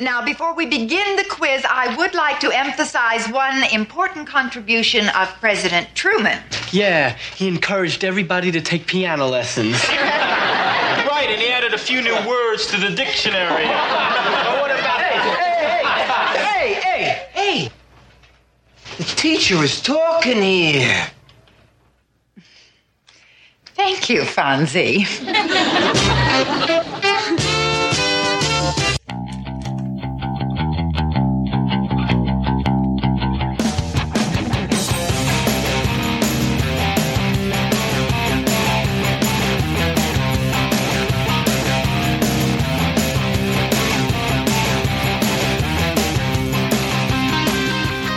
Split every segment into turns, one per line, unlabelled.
Now, before we begin the quiz, I would like to emphasize one important contribution of President Truman.
Yeah, he encouraged everybody to take piano lessons.
Right, and he added a few new words to the dictionary. But what about
Hey, hey, hey! The teacher is talking here.
Thank you, Fonzie.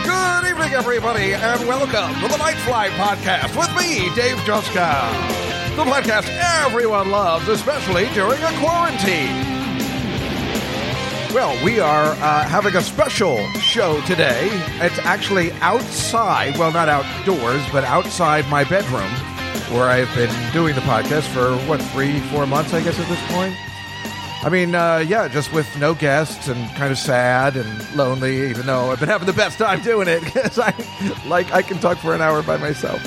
Good evening, everybody, and welcome to the Night Fly Podcast with me, Dave Juska. The podcast everyone loves, especially during a quarantine. Well, we are uh, having a special show today. It's actually outside, well, not outdoors, but outside my bedroom where I've been doing the podcast for, what, three, four months, I guess, at this point? I mean, uh, yeah, just with no guests and kind of sad and lonely, even though I've been having the best time doing it because I like I can talk for an hour by myself.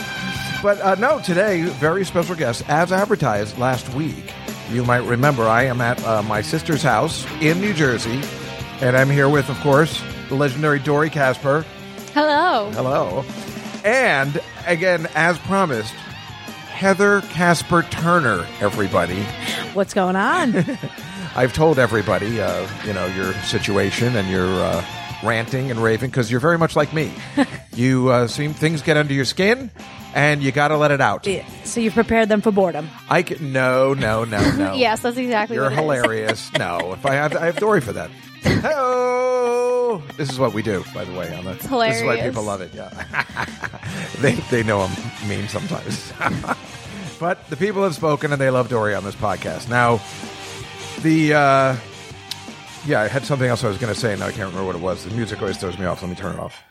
But uh, no, today very special guest, as advertised last week. You might remember I am at uh, my sister's house in New Jersey, and I'm here with, of course, the legendary Dory Casper.
Hello.
Hello, and again, as promised, Heather Casper Turner. Everybody.
What's going on?
I've told everybody, uh, you know, your situation and your uh, ranting and raving because you're very much like me. you uh, seem things get under your skin, and you got to let it out.
so you've prepared them for boredom.
I can, no, no, no, no.
Yes, that's exactly
You're
what it is.
hilarious. no, if I have, I have Dory for that. Hello. This is what we do, by the way. On the, it's This is why
hilarious.
people love it. Yeah, they they know I'm mean sometimes, but the people have spoken and they love Dory on this podcast. Now, the uh, yeah, I had something else I was going to say, and now I can't remember what it was. The music always throws me off. Let me turn it off.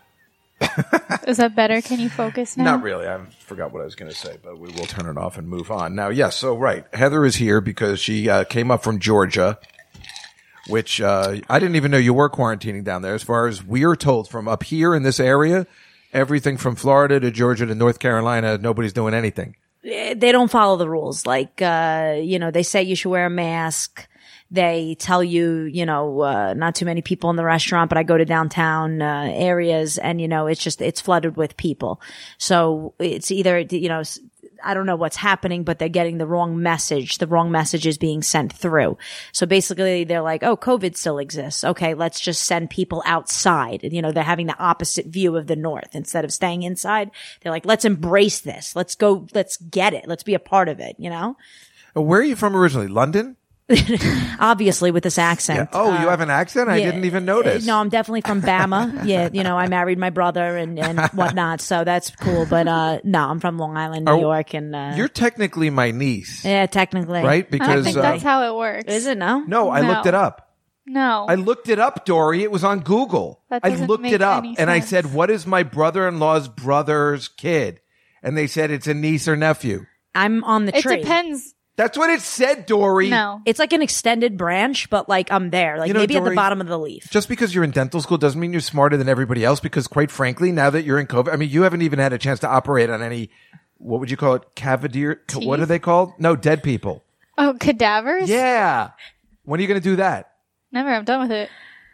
Is that better? Can you focus now?
Not really. I forgot what I was going to say, but we will turn it off and move on. Now, yes, so right. Heather is here because she uh, came up from Georgia, which uh, I didn't even know you were quarantining down there. As far as we're told from up here in this area, everything from Florida to Georgia to North Carolina, nobody's doing anything.
They don't follow the rules. Like, uh, you know, they say you should wear a mask. They tell you, you know, uh, not too many people in the restaurant, but I go to downtown uh, areas and, you know, it's just, it's flooded with people. So it's either, you know, s- I don't know what's happening, but they're getting the wrong message. The wrong message is being sent through. So basically they're like, oh, COVID still exists. Okay, let's just send people outside. You know, they're having the opposite view of the North. Instead of staying inside, they're like, let's embrace this. Let's go, let's get it. Let's be a part of it, you know?
Uh, Where are you from originally? London?
Obviously with this accent.
Oh, you have an accent? I
Uh, yeah,
didn't even notice.
No, I'm definitely from Bama. yeah, you know, I married my brother and, and whatnot, so that's cool. But uh no, I'm from Long Island, New
Are-
York, and uh,
Oh, You're technically my niece,
yeah, technically,
right? Because
I think
uh,
that's how it works.
Is it no?
no, I looked
No.
it up.
No.
I looked it up, Dory. It was on Google.
That
I
doesn't
looked
make
it up
any
and I
sense.
said, What is my brother in law's brother's kid? And they said it's a niece or nephew.
I'm on the
it
tree.
depends.
That's what it said, Dory.
No.
It's like an extended branch, but like I'm there, like
You know,
maybe at
Dory-
the bottom of the leaf.
Just because you're in dental school doesn't mean you're smarter than everybody else because, quite frankly, now that you're in COVID, I mean, you haven't even had a chance to operate on any, what would you call it? Cavadier? ca- What
Teeth?
are they called? No, dead people.
Oh, cadavers?
Yeah. When are you going to do that?
Never. I'm done with it.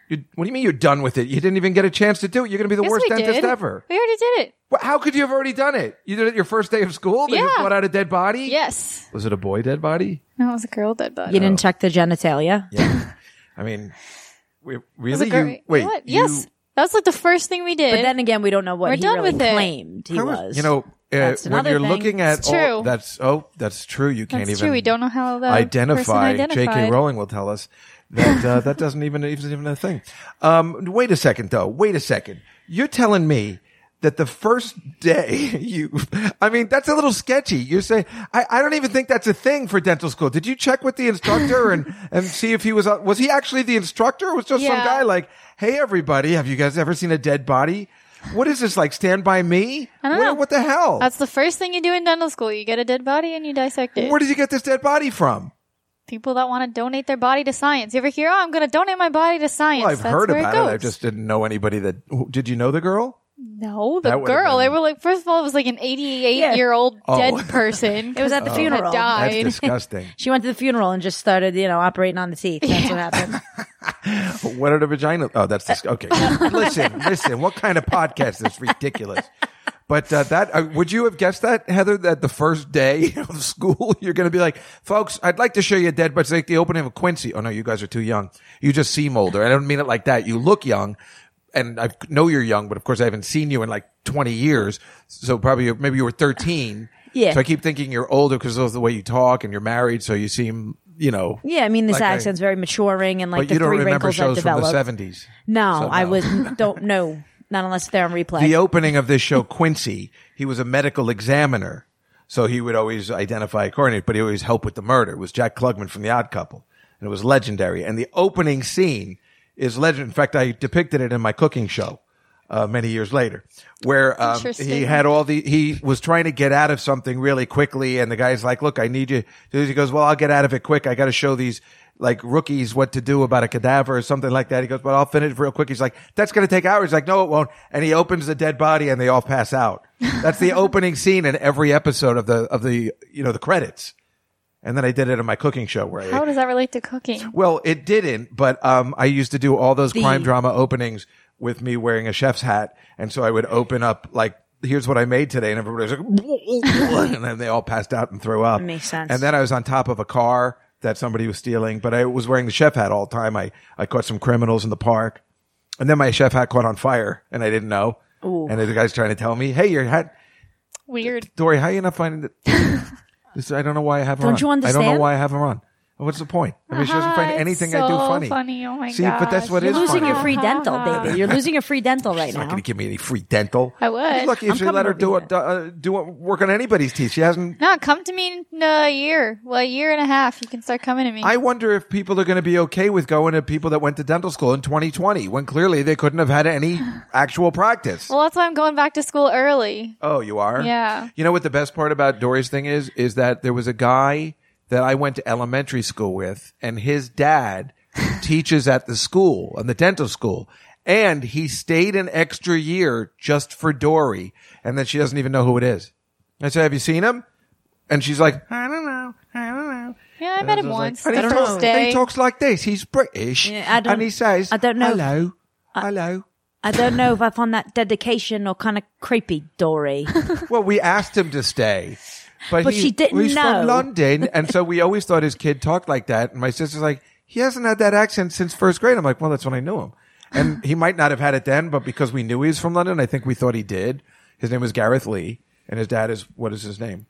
You, what do you mean you're done with it? You didn't even get a chance to do it. You're going to be the
Yes,
worst
we
dentist
did.
ever.
We already did it.
Well, how could you have already done it? You did it your first day of school? They just
Yeah.
brought out a dead body?
Yes.
Was it a boy dead body?
No, it was a girl dead body.
You didn't check the genitalia.
Yeah. I mean, we,
It was a
really?
girl.
You, wait.
What?
you-
yes. That was like the first thing we did.
But then again, we don't know what
We're
he
done
really
with it.
claimed he
how
was.
was- You know, uh,
That's
when
another
you're
thing.
looking at
It's
all-
true.
that's oh, that's true. You can't
That's
even
true. We don't know how the
identify.
person identified.
J.K. Rowling will tell us that uh, that doesn't even even even a thing. Um, wait a second, though. Wait a second. You're telling me that the first day you, I mean, that's a little sketchy. You're saying I, I don't even think that's a thing for dental school. Did you check with the instructor and and see if he was uh, was he actually the instructor? Or was just some
Yeah.
guy like, hey, everybody, have you guys ever seen a dead body? What is this like? Stand by me?
I don't
what,
know.
what the hell?
That's the first thing you do in dental school. You get a dead body and you dissect it.
Where did you get this dead body from?
people that want to donate their body to science. You ever hear, oh, I'm going to donate my body to science?
Well, I've
That's
heard
where
about
it
it.
goes.
I just didn't know anybody that. who- Did you know the girl?
No, the
That would've
girl. They
been-
were like, first of all, it was like an 88
Yeah.
year old
Oh.
dead person.
It was at the funeral.
That's
died.
disgusting.
She went to the funeral and just started, you know, operating on the teeth. That's what happened.
What are the vagina? Oh, that's
Uh,
dis- okay. listen, listen. What kind of podcast is ridiculous? But uh, that uh, would you have guessed that Heather? That the first day of school, you're going to be like, folks, I'd like to show you a dead, but it's like the opening of Quincy. Oh no, you guys are too young. You just seem older. I don't mean it like that. You look young, and I know you're young, but of course I haven't seen you in like 20 years. So probably you- maybe you were 13.
Yeah.
So I keep thinking you're older because of the way you talk and you're married, so you seem, you know.
Yeah, I mean, this
Like I-
accent's very maturing and like
But
the
you don't
three
remember
wrinkles I've
shows from the
developed.
70s.
no,
so
I
no.
was don't know. Not unless they're on replay.
the opening of this show, Quincy, he was a medical examiner. So he would always identify a coordinate, but he always helped with the murder. It was Jack Klugman from The Odd Couple. And it was legendary. And the opening scene is legend. In fact, I depicted it in my cooking show uh, many years later, where um, he
Interesting.
had all the, he was trying to get out of something really quickly. And the guy's like, look, I need you. He goes, well, I'll get out of it quick. I got to show these like rookies what to do about a cadaver or something like that. He goes, but I'll finish real quick. He's like, that's going to take hours. He's like, no, it won't. And he opens the dead body and they all pass out. That's the opening scene in every episode of the, of the, you know, the credits. And then I did it in my cooking show where I
How does that relate to cooking?
well, it didn't, but um, I used to do all those crime drama openings with me wearing a chef's hat, and so I would open up like, "Here's what I made today," and everybody was like, and then they all passed out and threw up.
Makes sense.
And then I was on top of a car that somebody was stealing, but I was wearing the chef hat all the time. I I caught some criminals in the park, and then my chef hat caught on fire, and I didn't know. And the guy's trying to tell me, "Hey, your hat."
Weird.
Dory, how you not finding it? this, I don't know why I have her
Don't
on.
you
I don't know
understand?
why I have her on. What's the point? I mean, she doesn't find
Ah, it's
anything I do
so
funny.
funny. Oh my
See, but that's
gosh.
what
You're
is
You're losing
funny.
your free
Ha,
dental,
ha, ha.
baby. You're losing your free dental right
She's not
now.
going to give me any free dental.
I would.
She's lucky if
I'm
she let
coming
her
over
do
here.
it, uh, do it, work on anybody's teeth. She hasn't.
No, come to me in uh, a year. Well, a year and a half. You can start coming to me.
I wonder if people are going to be okay with going to people that went to dental school in 2020 when clearly they couldn't have had any actual practice.
well, that's why I'm going back to school early.
Oh, you are?
Yeah.
You know what the best part about Dory's thing is? Is that there was a guy that I went to elementary school with, and his dad teaches at the school, on the dental school. And he stayed an extra year just for Dory, and then she doesn't even know who it is. I said, Have you seen him? And she's like, I don't know. I don't know.
Yeah, I met him
was like,
once.
and
the
he
first
talks,
day.
He talks like this. He's British.
Yeah, I don't-
and he says,
I don't know.
Hello. hello.
I don't know if I found that dedication or kind of creepy, Dory.
Well, we asked him to stay, but,
But
he-
she didn't
He's from
know.
London, and so we always thought his kid talked like that. And my sister's like, he hasn't had that accent since first grade. I'm like, well, that's when I knew him, and he might not have had it then, but because we knew he was from London, I think we thought he did. His name was Gareth Lee, and his dad is what is his name,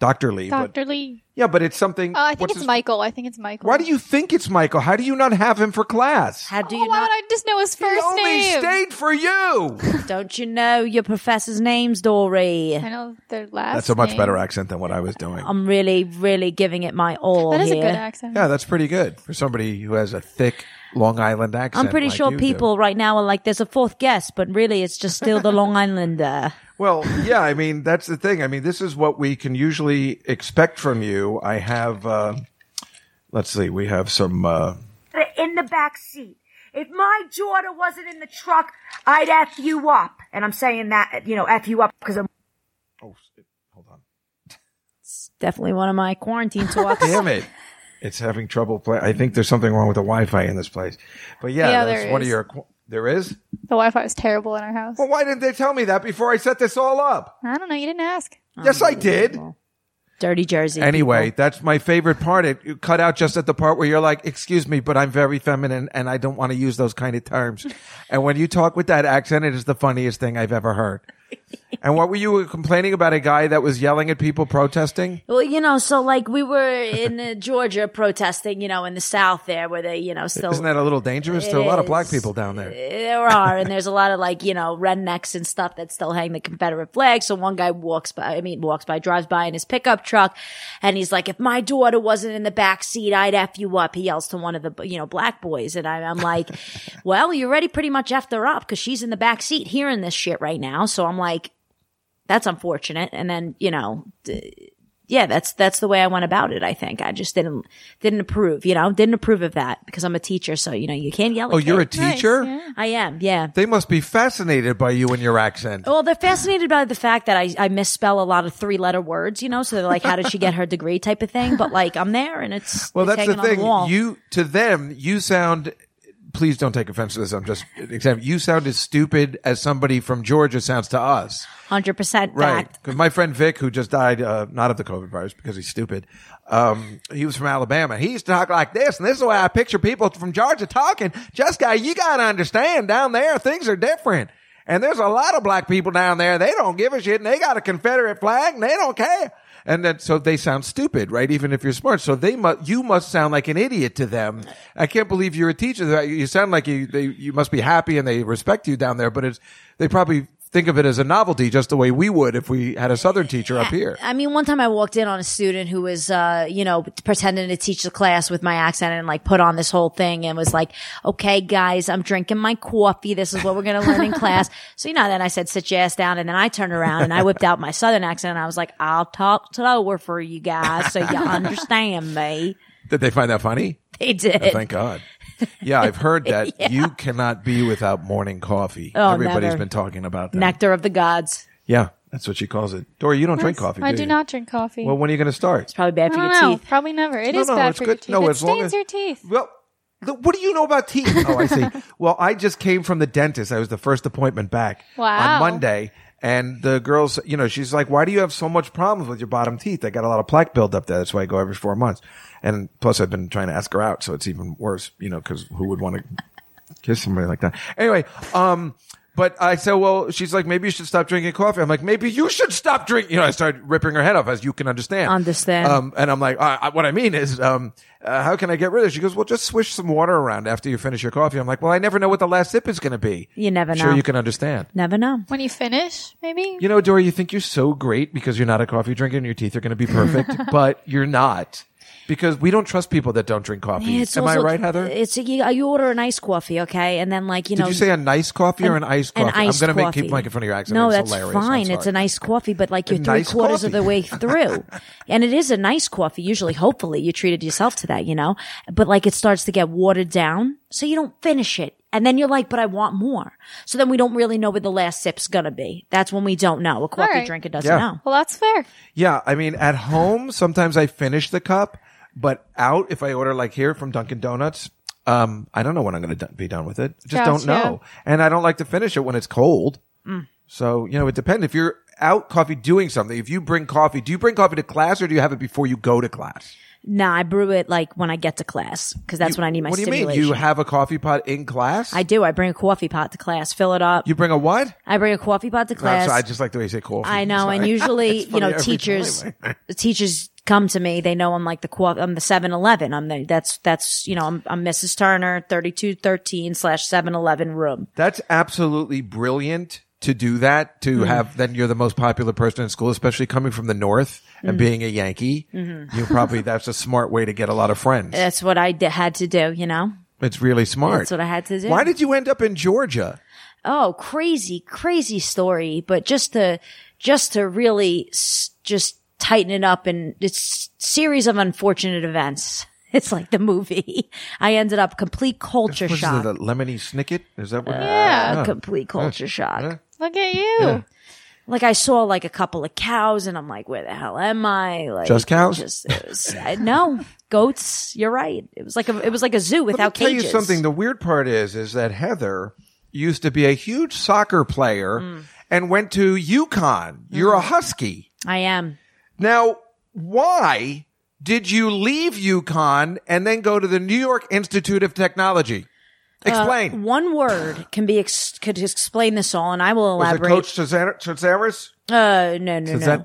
Doctor Lee. but-
Dr. Lee.
yeah, but it's something.
Oh, I think
what's
it's
his-
Michael. I think it's Michael.
Why do you think it's Michael? How do you not have him for class?
How do
Oh,
you
why
not?
would I just know his
He
first
only
name?
stayed for you.
Don't you know your professor's names, Dory?
I know their last.
That's a much
name.
better accent than what I was doing.
I'm really, really giving it my all
That is
here.
a good accent.
Yeah, that's pretty good for somebody who has a thick Long Island accent.
I'm pretty
like
sure
you do.
people right now are like, "There's a fourth guest," but really, it's just still the Long uh, Islander.
Well, yeah, I mean that's the thing. I mean this is what we can usually expect from you. I have. Uh, let's see, we have some. Uh,
in the back seat. If my daughter wasn't in the truck, I'd F you up. And I'm saying that, you know, F you up because I'm
oh, shit, hold on.
Definitely one of my quarantine talks.
Damn it! It's having trouble playing. I think there's something wrong with the Wi-Fi in this place. But yeah,
Yeah,
that's
there
one of
is.
your. qu- There is.
The Wi-Fi is terrible in our house.
Well, why didn't they tell me that before I set this all up?
I don't know. You didn't ask.
Oh
Yes, I did.
Dirty Jersey.
Anyway, that's my favorite part. It you cut out just at the part where you're like, "Excuse me, but I'm very feminine and I don't want to use those kind of terms." and when you talk with that accent, it is the funniest thing I've ever heard. and what were you complaining about? A guy that was yelling at people protesting?
Well, you know, so like we were in uh, Georgia protesting, you know, in the South there where they, you know, still
Isn't that a little dangerous? There are a lot of black
Oh, is.
people down there.
there are, and there's a lot of like you know rednecks and stuff that still hang the Confederate flag. So one guy walks by, I mean walks by, drives by in his pickup truck, and he's like, "If my daughter wasn't in the back seat, I'd f you up." He yells to one of the you know black boys, and I, I'm like, "Well, you already pretty much effed her up because she's in the back seat hearing this shit right now." So I'm like, "That's unfortunate." And then you know. D- yeah, that's, that's the way I went about it. I think I just didn't, didn't approve, you know, didn't approve of that because I'm a teacher. So, you know, you can't yell at
Oh, you're a
kids.
teacher?
I am. Yeah.
They must be fascinated by you and your accent.
Well, they're fascinated by the fact that I, I misspell a lot of three letter words, you know, so they're like, how did she get her degree type of thing? But like, I'm there and it's,
Well,
it's
that's the
hanging on
thing.
wall.
you to them, you sound. Please don't take offense to this. I'm just an example. You sound as stupid as somebody from Georgia sounds to us,
100%
right?
fact.
Because my friend Vic, who just died, uh, not of the COVID virus because he's stupid. Um, he was from Alabama. He used to talk like this, and this is the way I picture people from Georgia talking. Just guy, you gotta understand down there things are different. And there's a lot of black people down there. They don't give a shit, and they got a Confederate flag, and they don't care. And then, so they sound stupid, right? Even if you're smart. So they must, you must sound like an idiot to them. I can't believe you're a teacher. That- You sound like you, they, you must be happy and they respect you down there, but it's, they probably think of it as a novelty, just the way we would if we had a Southern teacher up here.
I mean, one time I walked in on a student who was, uh, you know, pretending to teach the class with my accent and like put on this whole thing and was like, okay, guys, I'm drinking my coffee. This is what we're going to learn in class. So, you know, then I said, sit your ass down. And then I turned around and I whipped out my southern accent and I was like, I'll talk slower for you guys so you understand me.
Did they find that funny?
They did.
Oh, thank God. Yeah, I've heard that you cannot be without morning coffee.
Oh,
Everybody's
never.
been talking about that.
Nectar of the gods.
Yeah, that's what she calls it. Dory, you don't drink coffee.
I
do
do
you?
not drink coffee.
Well, when are you going to start?
Probably bad
I
for
don't
your
know.
teeth.
Probably never. It is
No, no,
bad
it's
for your
good.
teeth.
No,
it
as long
stains
as-
your teeth.
Well, the, what do you know about teeth? Oh, I see. well, I just came from the dentist. I was the first appointment back
Wow.
on Monday. And the girls, you know, she's like, why do you have so much problems with your bottom teeth? I got a lot of plaque buildup there. That's why I go every four months. And plus, I've been trying to ask her out. So it's even worse, you know, because who would want to kiss somebody like that? Anyway, um, but I said, well, she's like, maybe you should stop drinking coffee. I'm like, maybe you should stop drinking. You know, I started ripping her head off, as you can understand.
Understand.
Um, um, and I'm like, I, I, what I mean is, um, uh, how can I get rid of it? She goes, well, just swish some water around after you finish your coffee. I'm like, well, I never know what the last sip is going to be.
You never
Sure,
know.
you can understand.
Never know.
When you finish, maybe.
You know, Dory, you think you're so great because you're not a coffee drinker and your teeth are going to be perfect, but you're not because we don't trust people that don't drink coffee.
It's
Am I
also-
right, Heather?
It's you, uh, you order an iced coffee, okay, and then like you
Did
know,
you say a nice coffee or an iced coffee?
iced
I'm gonna make
coffee.
keep making fun of your accent.
No,
It's
that's
hilarious. I'm
fine.
sorry.
It's a nice coffee, but like you're
A
three
nice
quarters of
coffee.
the way through, and it is a nice coffee. Usually, hopefully, you treated yourself to that, you know. But like it starts to get watered down, so you don't finish it, and then you're like, "But I want more." So then we don't really know where the last sip's gonna be. That's when we don't know. A coffee
right.
drinker doesn't
Yeah.
know.
Well, that's fair.
Yeah, I mean, at home sometimes I finish the cup, but out if I order like here from Dunkin' Donuts, um, I don't know when I'm going to be done with it. Just
Gotcha.
don't know, and I don't like to finish it when it's cold.
Mm.
So you know, it depends. If you're out coffee doing something, if you bring coffee, do you bring coffee to class or do you have it before you go to class?
Nah, I brew it like when I get to class because that's when I need my
what do you
stimulation.
mean? You have a coffee pot in class?
I do. I bring a coffee pot to class, fill it up.
you bring a what?
I bring a coffee pot to
No, I'm
class.
sorry, I just like the way you say coffee.
I know,
Sorry.
and usually,
It's
you know,
funny every
teachers,
time.
the teachers come to me. They know I'm like the co- I'm the Seven Eleven. I'm the that's that's you know I'm, I'm Mrs. Turner, thirty two thirteen slash Seven Eleven room.
That's absolutely brilliant to do that. To
Mm-hmm.
have then you're the most popular person in school, especially coming from the north
Mm-hmm.
and being a Yankee. You probably that's a smart way to get a lot of friends.
That's what I d- had to do. You know,
it's really smart.
that's what I had to do.
Why did you end up in Georgia?
oh crazy crazy story but just to just to really s- just tighten it up and it's series of unfortunate events it's like the movie i ended up complete culture
Was it
shock
the Lemony Snicket? Is that what?
Yeah.
A complete culture shock
Look at you.
like i saw like a couple of cows and i'm like where the hell am i like
Just cows?
just, it was- I- no goats you're right it was like a it was like a zoo
Let me
without
tell
cages
you something. The weird part is, is that Heather used to be a huge soccer player
Mm.
and went to UConn. You're a
Mm-hmm.
Husky.
i am
Now, why did you leave UConn and then go to the New York Institute of Technology?
Uh,
Explain.
one word can be ex- could explain this all and i will
Was it
elaborate
Coach Cesaris?
uh no no no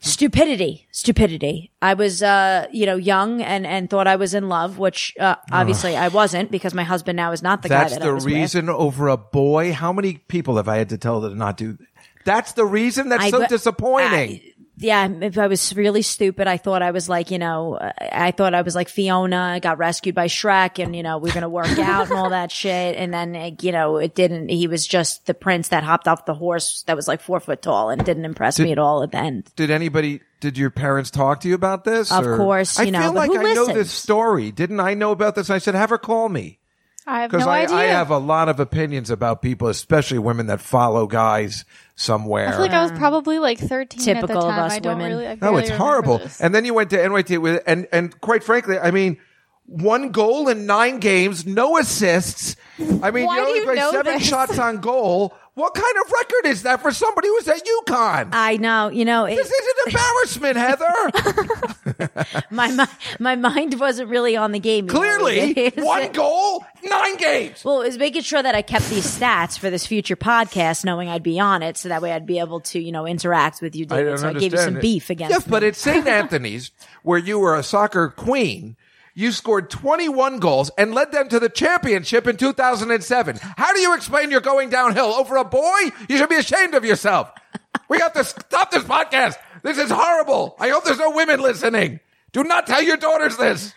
stupidity stupidity i was uh you know young and and thought i was in love which uh obviously i wasn't because my husband now is not the guy
That's
that
the
I was
reason over a boy. How many people have I had to tell to not do? That's the reason. That's
I
so
got-
disappointing.
with. yeah, if I was really stupid, I thought I was like, you know, uh, I thought I was like Fiona got rescued by Shrek and, you know, we are going to work out and all that shit. And then, uh, you know, it didn't, he was just the prince that hopped off the horse that was like four foot tall and didn't impress me at all at the end.
Did anybody? Did your parents talk to you about this?
Of
or-
course,
I
you know,
feel
but
like
who
I know this
listens?
story. Didn't I know about this? I said, have her call me
I have
because
no
I,
idea.
I have a lot of opinions about people, especially women that follow guys somewhere.
I feel like I was probably like 13 at the
Typical of
time.
us
I don't
women.
really. I
No,
barely
it's
remember
horrible.
this.
And then you went to NYT with, and and quite frankly, I mean, one goal in nine games, no assists. I mean,
Why
you
do
only
you
play
know
seven
this?
shots on goal. What kind of record is that for somebody who was at
Uh,
UConn?
I know, you know, it,
this is an embarrassment, Heather.
my, my, my mind wasn't really on the game. you know,
Clearly,
it is-
one goal, nine games.
Well, it was making sure that I kept these stats for this future podcast, knowing I'd be on it, so that way I'd be able to, you know, interact with you, David. so I gave you some
it.
beef against.
Yes, but
me.
at St. Anthony's, where you were a soccer queen, you scored 21 goals and led them to the championship in 2007. How do you explain you're going downhill over a boy? You should be ashamed of yourself. We have to stop this podcast. This is horrible. I hope there's no women listening. Do not tell your daughters this.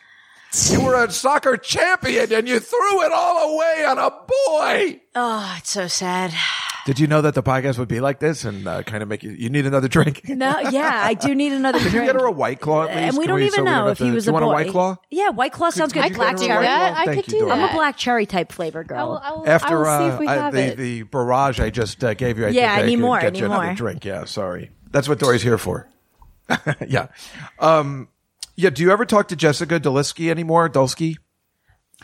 You were a soccer champion and you threw it all away on a boy.
oh, it's so sad.
Did you know that the podcast would be like this and uh, kind of make you, you need another drink?
No, yeah, I do need another
Can you
drink.
get her a white claw at least?
and we
Can
don't even
so we
know
have
if
to-
he was
do you
a
want
boy.
a white claw?
Yeah, white claw sounds
Could
good.
you
Black
get her a
cherry.
white
Yeah,
claw?
I
Thank
could
you,
do
Dora.
I'm a
that.
black cherry type flavor girl.
I will, I will, I
After
will see
uh,
if we
I-
have
the,
it.
the barrage I just uh, gave you, I
Yeah,
think
I need
could
more, I
Get
need
you another
more.
drink. Yeah, sorry. That's what Dory's here for. yeah, um, yeah. Do you ever talk to Jessica Dulski anymore, Dulski?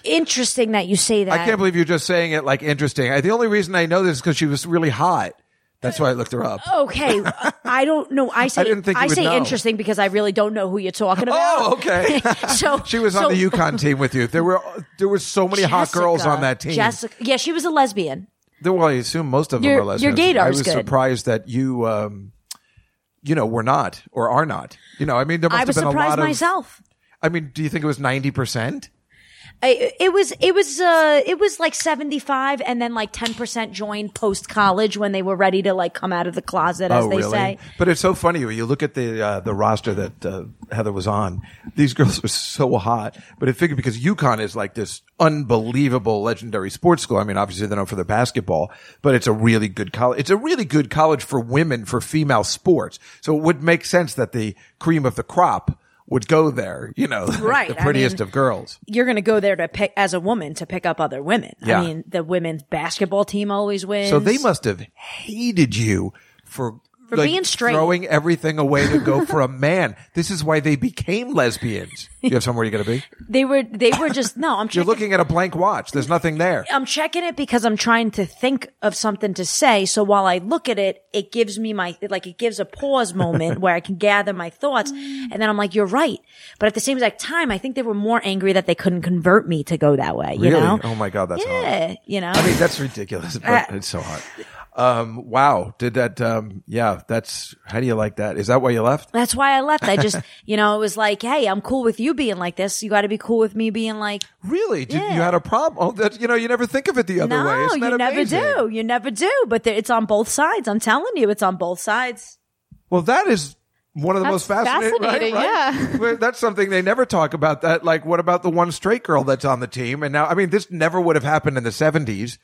Interesting that you say that.
I can't believe you're just saying it like interesting. I, the only reason I know this is because she was really hot. That's why I looked her up.
Oh. Okay, I don't know. I say I,
didn't think you would
say
know.
interesting because I really don't know who you're talking about.
Oh, okay.
So
she was
so-
on the Yukon team with you. There were there were so many hot girls
Jessica-
on that team.
Jessica, yeah, she was a lesbian.
There- Well, I assume most of them
Your-
are lesbians.
your gaydar's
I was
good.
surprised that you, um, you know, were not or are not. You know, I mean, there must
I
have
was
been a lot
surprised
of.
myself.
I mean, do you think it was ninety percent?
I, it was it was uh it was like 75 and then like 10% joined post college when they were ready to like come out of the closet as
oh,
they
really?
say
But it's so funny when you look at the uh, the roster that uh, Heather was on. These girls were so hot, but it figured because UConn is like this unbelievable legendary sports school. I mean, obviously they're known for their basketball, but it's a really good college. It's a really good college for women for female sports. So it would make sense that the cream of the crop would go there. You know, like
Right,
the
I
prettiest
mean-
of girls.
you're going to go there to pick as a woman to pick up other women
Yeah.
i mean the women's basketball team always wins
So they must have hated you for, like,
being straight.
throwing everything away to go for a man. This is why they became lesbians. Do you have somewhere you're going to be?
they were they were just no i'm
You're
checking,
looking at a blank watch. There's nothing there.
i'm checking it because i'm trying to think of something to say so while i look at it it gives me my like it gives a pause moment where i can gather my thoughts and then i'm like you're right but at the same exact time i think they were more angry that they couldn't convert me to go that way you
really?
know
Oh my God, that's hot.
Yeah, Uh, you know.
I mean, that's ridiculous, but it's so hot. Um, wow. Did that, um, yeah, that's, how do you like that? Is that why you left?
that's why I left. I just, you know, it was like, hey, I'm cool with you being like this. You got to be cool with me being like,
Really? Did, You had a problem? Oh, that, you know, you never think of it the other
no,
way. Isn't that
you never
amazing?
do. You never do. But there, it's on both sides. I'm telling you, it's on both sides.
Well, that is one of the most
That's
fascinating,
fascinating,
right?
yeah.
Well, That's something they never talk about. That like, what about the one straight girl that's on the team? And now, I mean, this never would have happened in the seventies.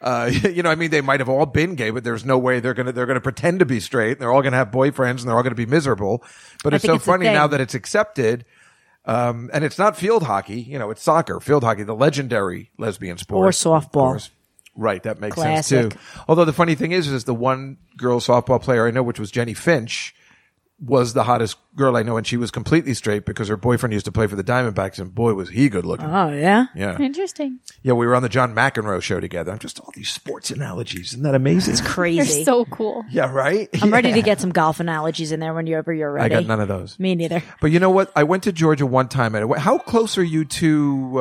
Uh, you know, I mean, they might have all been gay, but there's no way they're gonna they're gonna pretend to be straight. They're all gonna have boyfriends, and they're all gonna be miserable. But it's
think
so
it's a
funny
thing.
now that it's accepted. Um, and it's not field hockey, you know, it's soccer, field hockey, the legendary lesbian sport.
Or
of
softball.
course. Right, that makes sense
Classic.
too. Although the funny thing is, is the one girl softball player I know, which was Jenny Finch, was the hottest girl I know, and she was completely straight because her boyfriend used to play for the Diamondbacks, and boy, was he good looking.
Oh yeah.
Yeah,
Interesting.
yeah, we were on the John McEnroe show together. I'm just all these sports analogies, isn't that amazing?
You're
Crazy.
so cool.
yeah, right.
I'm ready to get some golf analogies in there whenever you're
I
ready.
got none of those.
Me neither.
But you know what? I went to Georgia one time, and I went- how close are you to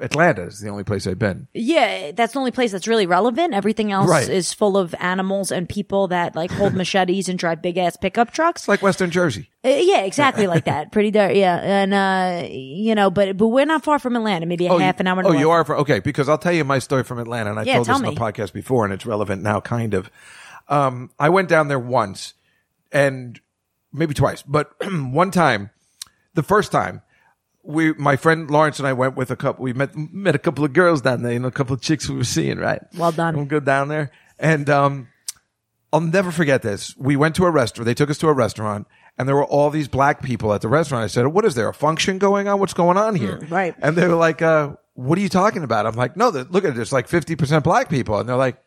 uh, Atlanta? Is the only place I've been.
Yeah, that's the only place that's really relevant. Everything else
Right.
is full of animals and people that like hold machetes and drive big ass pickup trucks.
It's like Western Jersey.
Uh, yeah, exactly like that. Pretty dark. Yeah, and uh, you know, but but we're not far from Atlanta. Maybe a
you-
half an hour.
Oh, you
north.
are for, okay. Because I'll tell you my story from Atlanta, and I
Yeah,
told this
tell
on the
me.
podcast before, and it's relevant now, kind of. Um, I went down there once, and maybe twice, but one time, the first time, we my friend Lawrence and I went with a couple. We met met a couple of girls down there, you know, a couple of chicks we were seeing, right?
Well done.
And we go down there, and um, I'll never forget this. We went to a restaurant. They took us to a restaurant. And there were all these black people at the restaurant. I said, "What is there? A function going on? What's going on here?"
right.
And they were like, uh, "What are you talking about?" I'm like, "No, th- look at it. There's like 50% black people." And they're like,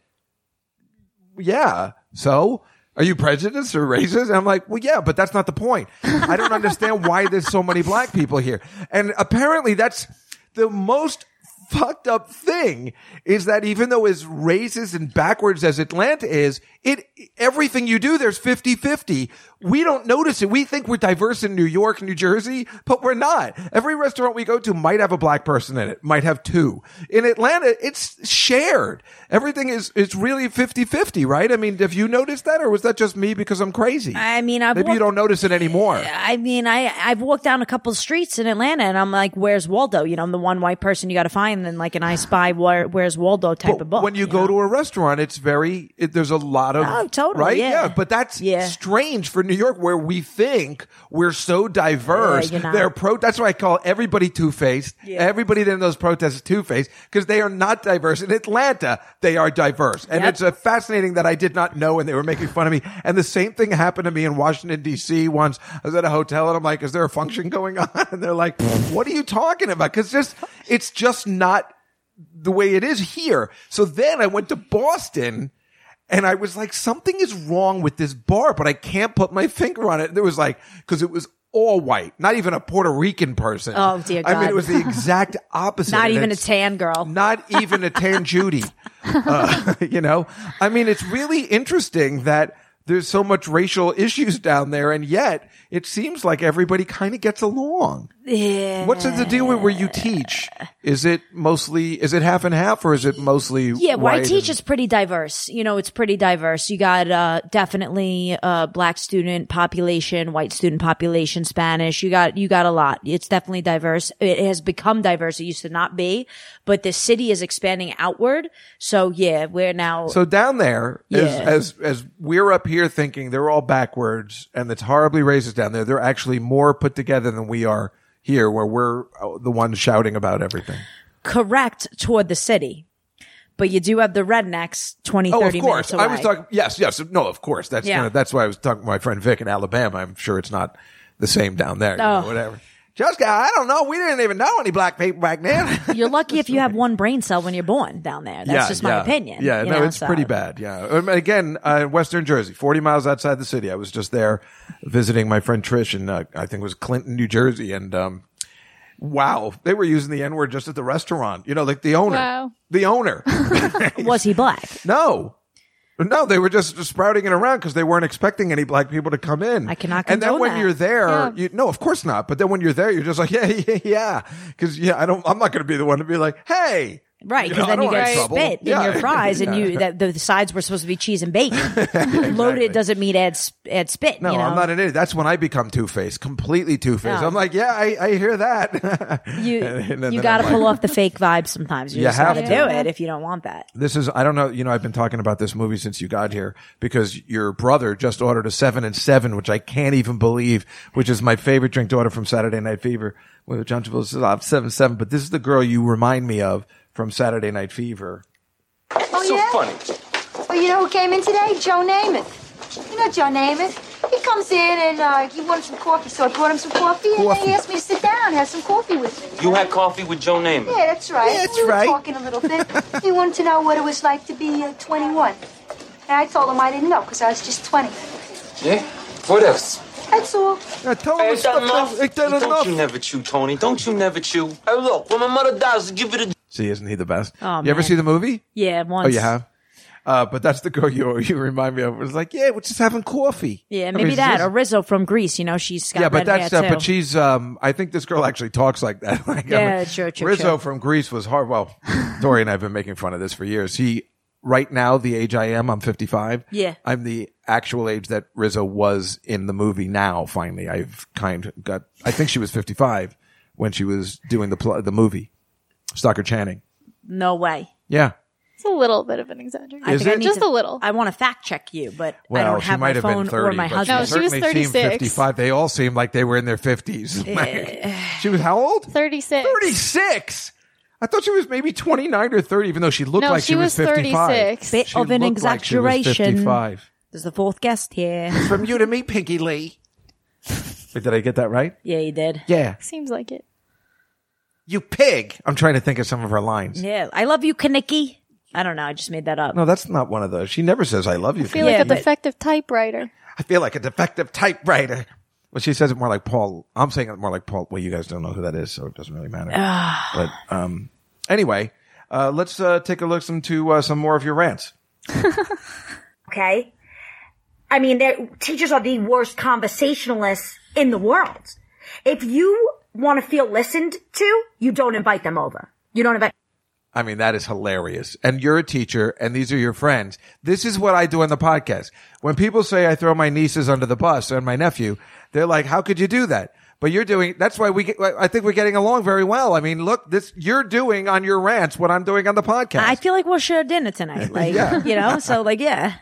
yeah. So are you prejudiced or racist? And I'm like, well, yeah, but that's not the point. I don't understand why there's so many black people here. And apparently that's the most fucked up thing is that even though as racist and backwards as Atlanta is, it, everything you do, there's 50 50. We don't notice it. We think we're diverse in New York, New Jersey, but we're not. Every restaurant we go to might have a black person in it, might have two. In Atlanta, it's shared. Everything is, it's really 50 50, right? I mean, have you noticed that or was that just me because I'm crazy?
I mean, I've
maybe you
walked-
don't notice it anymore.
I mean, I I've walked down a couple streets in Atlanta, and I'm like, "Where's Waldo?" You know, I'm the one white person you got to find, and like an I Spy, where, "Where's Waldo?" type
But
of book.
When you go to a restaurant, it's very it, there's a lot of
Oh, totally,
right
yeah.
but that's
Yeah.
strange for New York where we think we're so diverse.
Yeah, you're not.
They're pro. That's why I call everybody two faced. Everybody in those protests is two faced because they are not diverse. In Atlanta, they are diverse, and
Yep.
it's a fascinating that I did not know, and they were making fun of me. And the same thing happened to me in Washington D.C. once. I was at a hotel, and I'm like, "Is there a function going on?" And they're like, "What are you talking about?" Because just it's just not the way it is here. So then I went to Boston and I was like, something is wrong with this bar, but I can't put my finger on it. And there was like, cause it was all white, not even a Puerto Rican person.
Oh, dear
I mean,
God.
it was the exact opposite.
not
And
even a
it's-
tan girl.
not even a tan Judy. Uh, you know, I mean, it's really interesting that there's so much racial issues down there, and yet it seems like everybody kind of gets along.
Yeah.
What's the deal with where you teach? Is it mostly? Is it half and half, or is it mostly?
Yeah, where I
white
teach
and-
is pretty diverse. You know, it's pretty diverse. You got uh, definitely uh, black student population, white student population, Spanish. You got you got a lot. It's definitely diverse. It has become diverse. It used to not be, but the city is expanding outward. So yeah, we're now.
So down there,
Yeah.
as, as as we're up here thinking they're all backwards and it's horribly racist down there, they're actually more put together than we are here, where we're uh, the ones shouting about everything.
correct toward the city. But you do have the rednecks 20,
Oh, of
30
course.
minutes away.
I was talking. Yes, yes. No, of course. That's
Yeah.
you know, that's why I was talking to my friend Vic in Alabama. I'm sure it's not the same down there. you know,
Oh.
whatever. Jessica, I don't know. We didn't even know any black people back then.
You're lucky if you have one brain cell when you're born down there. That's just my
yeah.
opinion.
Yeah,
you
no,
know,
it's
so-
pretty bad. Yeah. Um, again, uh, Western Jersey, 40 miles outside the city. I was just there visiting my friend Trish in, uh, I think it was Clinton, New Jersey. And, um, wow, they were using the N word just at the restaurant. You know, like the owner.
Wow.
The owner.
Was he black?
no. No, they were just sprouting it around because they weren't expecting any black people to come in.
I cannot
And then
condone
when
that.
you're there,
Yeah.
you, no, of course not. But then when you're there, you're just like, yeah, yeah, yeah, because yeah, I don't, I'm not going to be the one to be like, hey, You
Right, because
know, I
then you
don't want
get
any trouble.
spit
Yeah.
in your fries, and
Yeah.
you that the sides were supposed to be cheese and bacon. Loaded doesn't mean add s- add spit.
No,
you know?
I'm not an idiot. That's when I become two faced, completely two faced.
No.
I'm like, yeah, I, I hear that.
You
And then
you
I'm
got to
like-
pull off the fake vibe sometimes. You,
You
just
have
got
to.
to do it if you don't want that.
this is, I don't know, you know, I've been talking about this movie since you got here because your brother just ordered a seven and seven, which I can't even believe, which is my favorite drink to order from Saturday Night Fever. With John Travolta says, I'm seven seven, but this is the girl you remind me of from Saturday Night Fever.
so funny.
Well, you know who came in today? Joe Namath. You know Joe Namath. He comes in and uh, he wanted some coffee, so I bought him some coffee, and then
Coffee.
he asked me to sit down and have some coffee with him.
You had coffee with Joe Namath.
Yeah, that's right.
Yeah, that's
we were
right.
talking a little bit. he wanted to know what it was like to be uh, 21. And I told him I didn't know because I was just 20.
Yeah? What else?
That's all.
Yeah, tell him
Hey,
it's
ain't that enough?
Ain't that
don't
enough?
you never chew, Tony. Don't you never chew. Hey, look, when my mother dies, give it a...
See, isn't he the best?
Oh,
you ever
man.
see the movie?
Yeah, once.
Oh, you have. Uh, but that's the girl you you remind me of. It was like, yeah, we're just having coffee.
Yeah,
I
maybe
mean,
that
this-
or Rizzo from Greece. You know, she's got
yeah, but
red
that's
hair
uh,
too.
but she's um I think this girl actually talks like that. like, I
Yeah,
mean,
sure, sure,
Rizzo
sure.
from Greece was hard. Well, Dory and I have been making fun of this for years. He right now the age I am, I'm 55.
Yeah.
I'm the actual age that Rizzo was in the movie. Now finally, I've kind of got. I think she was 55 when she was doing the pl- the movie, Stalker Channing.
no way.
Yeah.
It's a little bit of an exaggeration.
Is it?
need
Just
to-
a little.
I want to fact check you, but I
Well,
don't
she
have
might
my
have
phone
been 30,
or my
but
husband.
No,
she
she was
certainly seemed
36.
55. They all seemed like they were in their 50s. Like,
Eh.
she was how old?
36.
36. I thought she was maybe 29 or 30, even though she looked
No,
like
she was
55.
36.
Bit
She
of an
looked like she was
exaggeration.
55.
There's the fourth guest here.
From you to me, Pinky Lee. Wait, did I get that right?
yeah, you did.
Yeah.
Seems like it.
You pig. I'm trying to think of some of her lines.
Yeah, I love you, Kanicki. I don't know. I just made that up.
No, that's not one of those. She never says, I love you.
I feel
Yeah,
like a
but-
defective typewriter.
I feel like a defective typewriter. Well, she says it more like Paul. I'm saying it more like Paul. Well, you guys don't know who that is, so it doesn't really matter.
Ah.
but um, anyway, uh, let's uh, take a look some to uh, some more of your rants.
okay? I mean, they're- teachers are the worst conversationalists in the world. If you want to feel listened to, you don't invite them over. You don't invite.
I mean, that is hilarious. And you're a teacher, and these are your friends. This is what I do on the podcast. When people say I throw my nieces under the bus and my nephew, they're like, "How could you do that?" But you're doing. That's why we. Get, I think we're getting along very well. I mean, look, this you're doing on your rants what I'm doing on the podcast.
I feel like we'll share dinner tonight. Like,
Yeah.
you know, so like, yeah.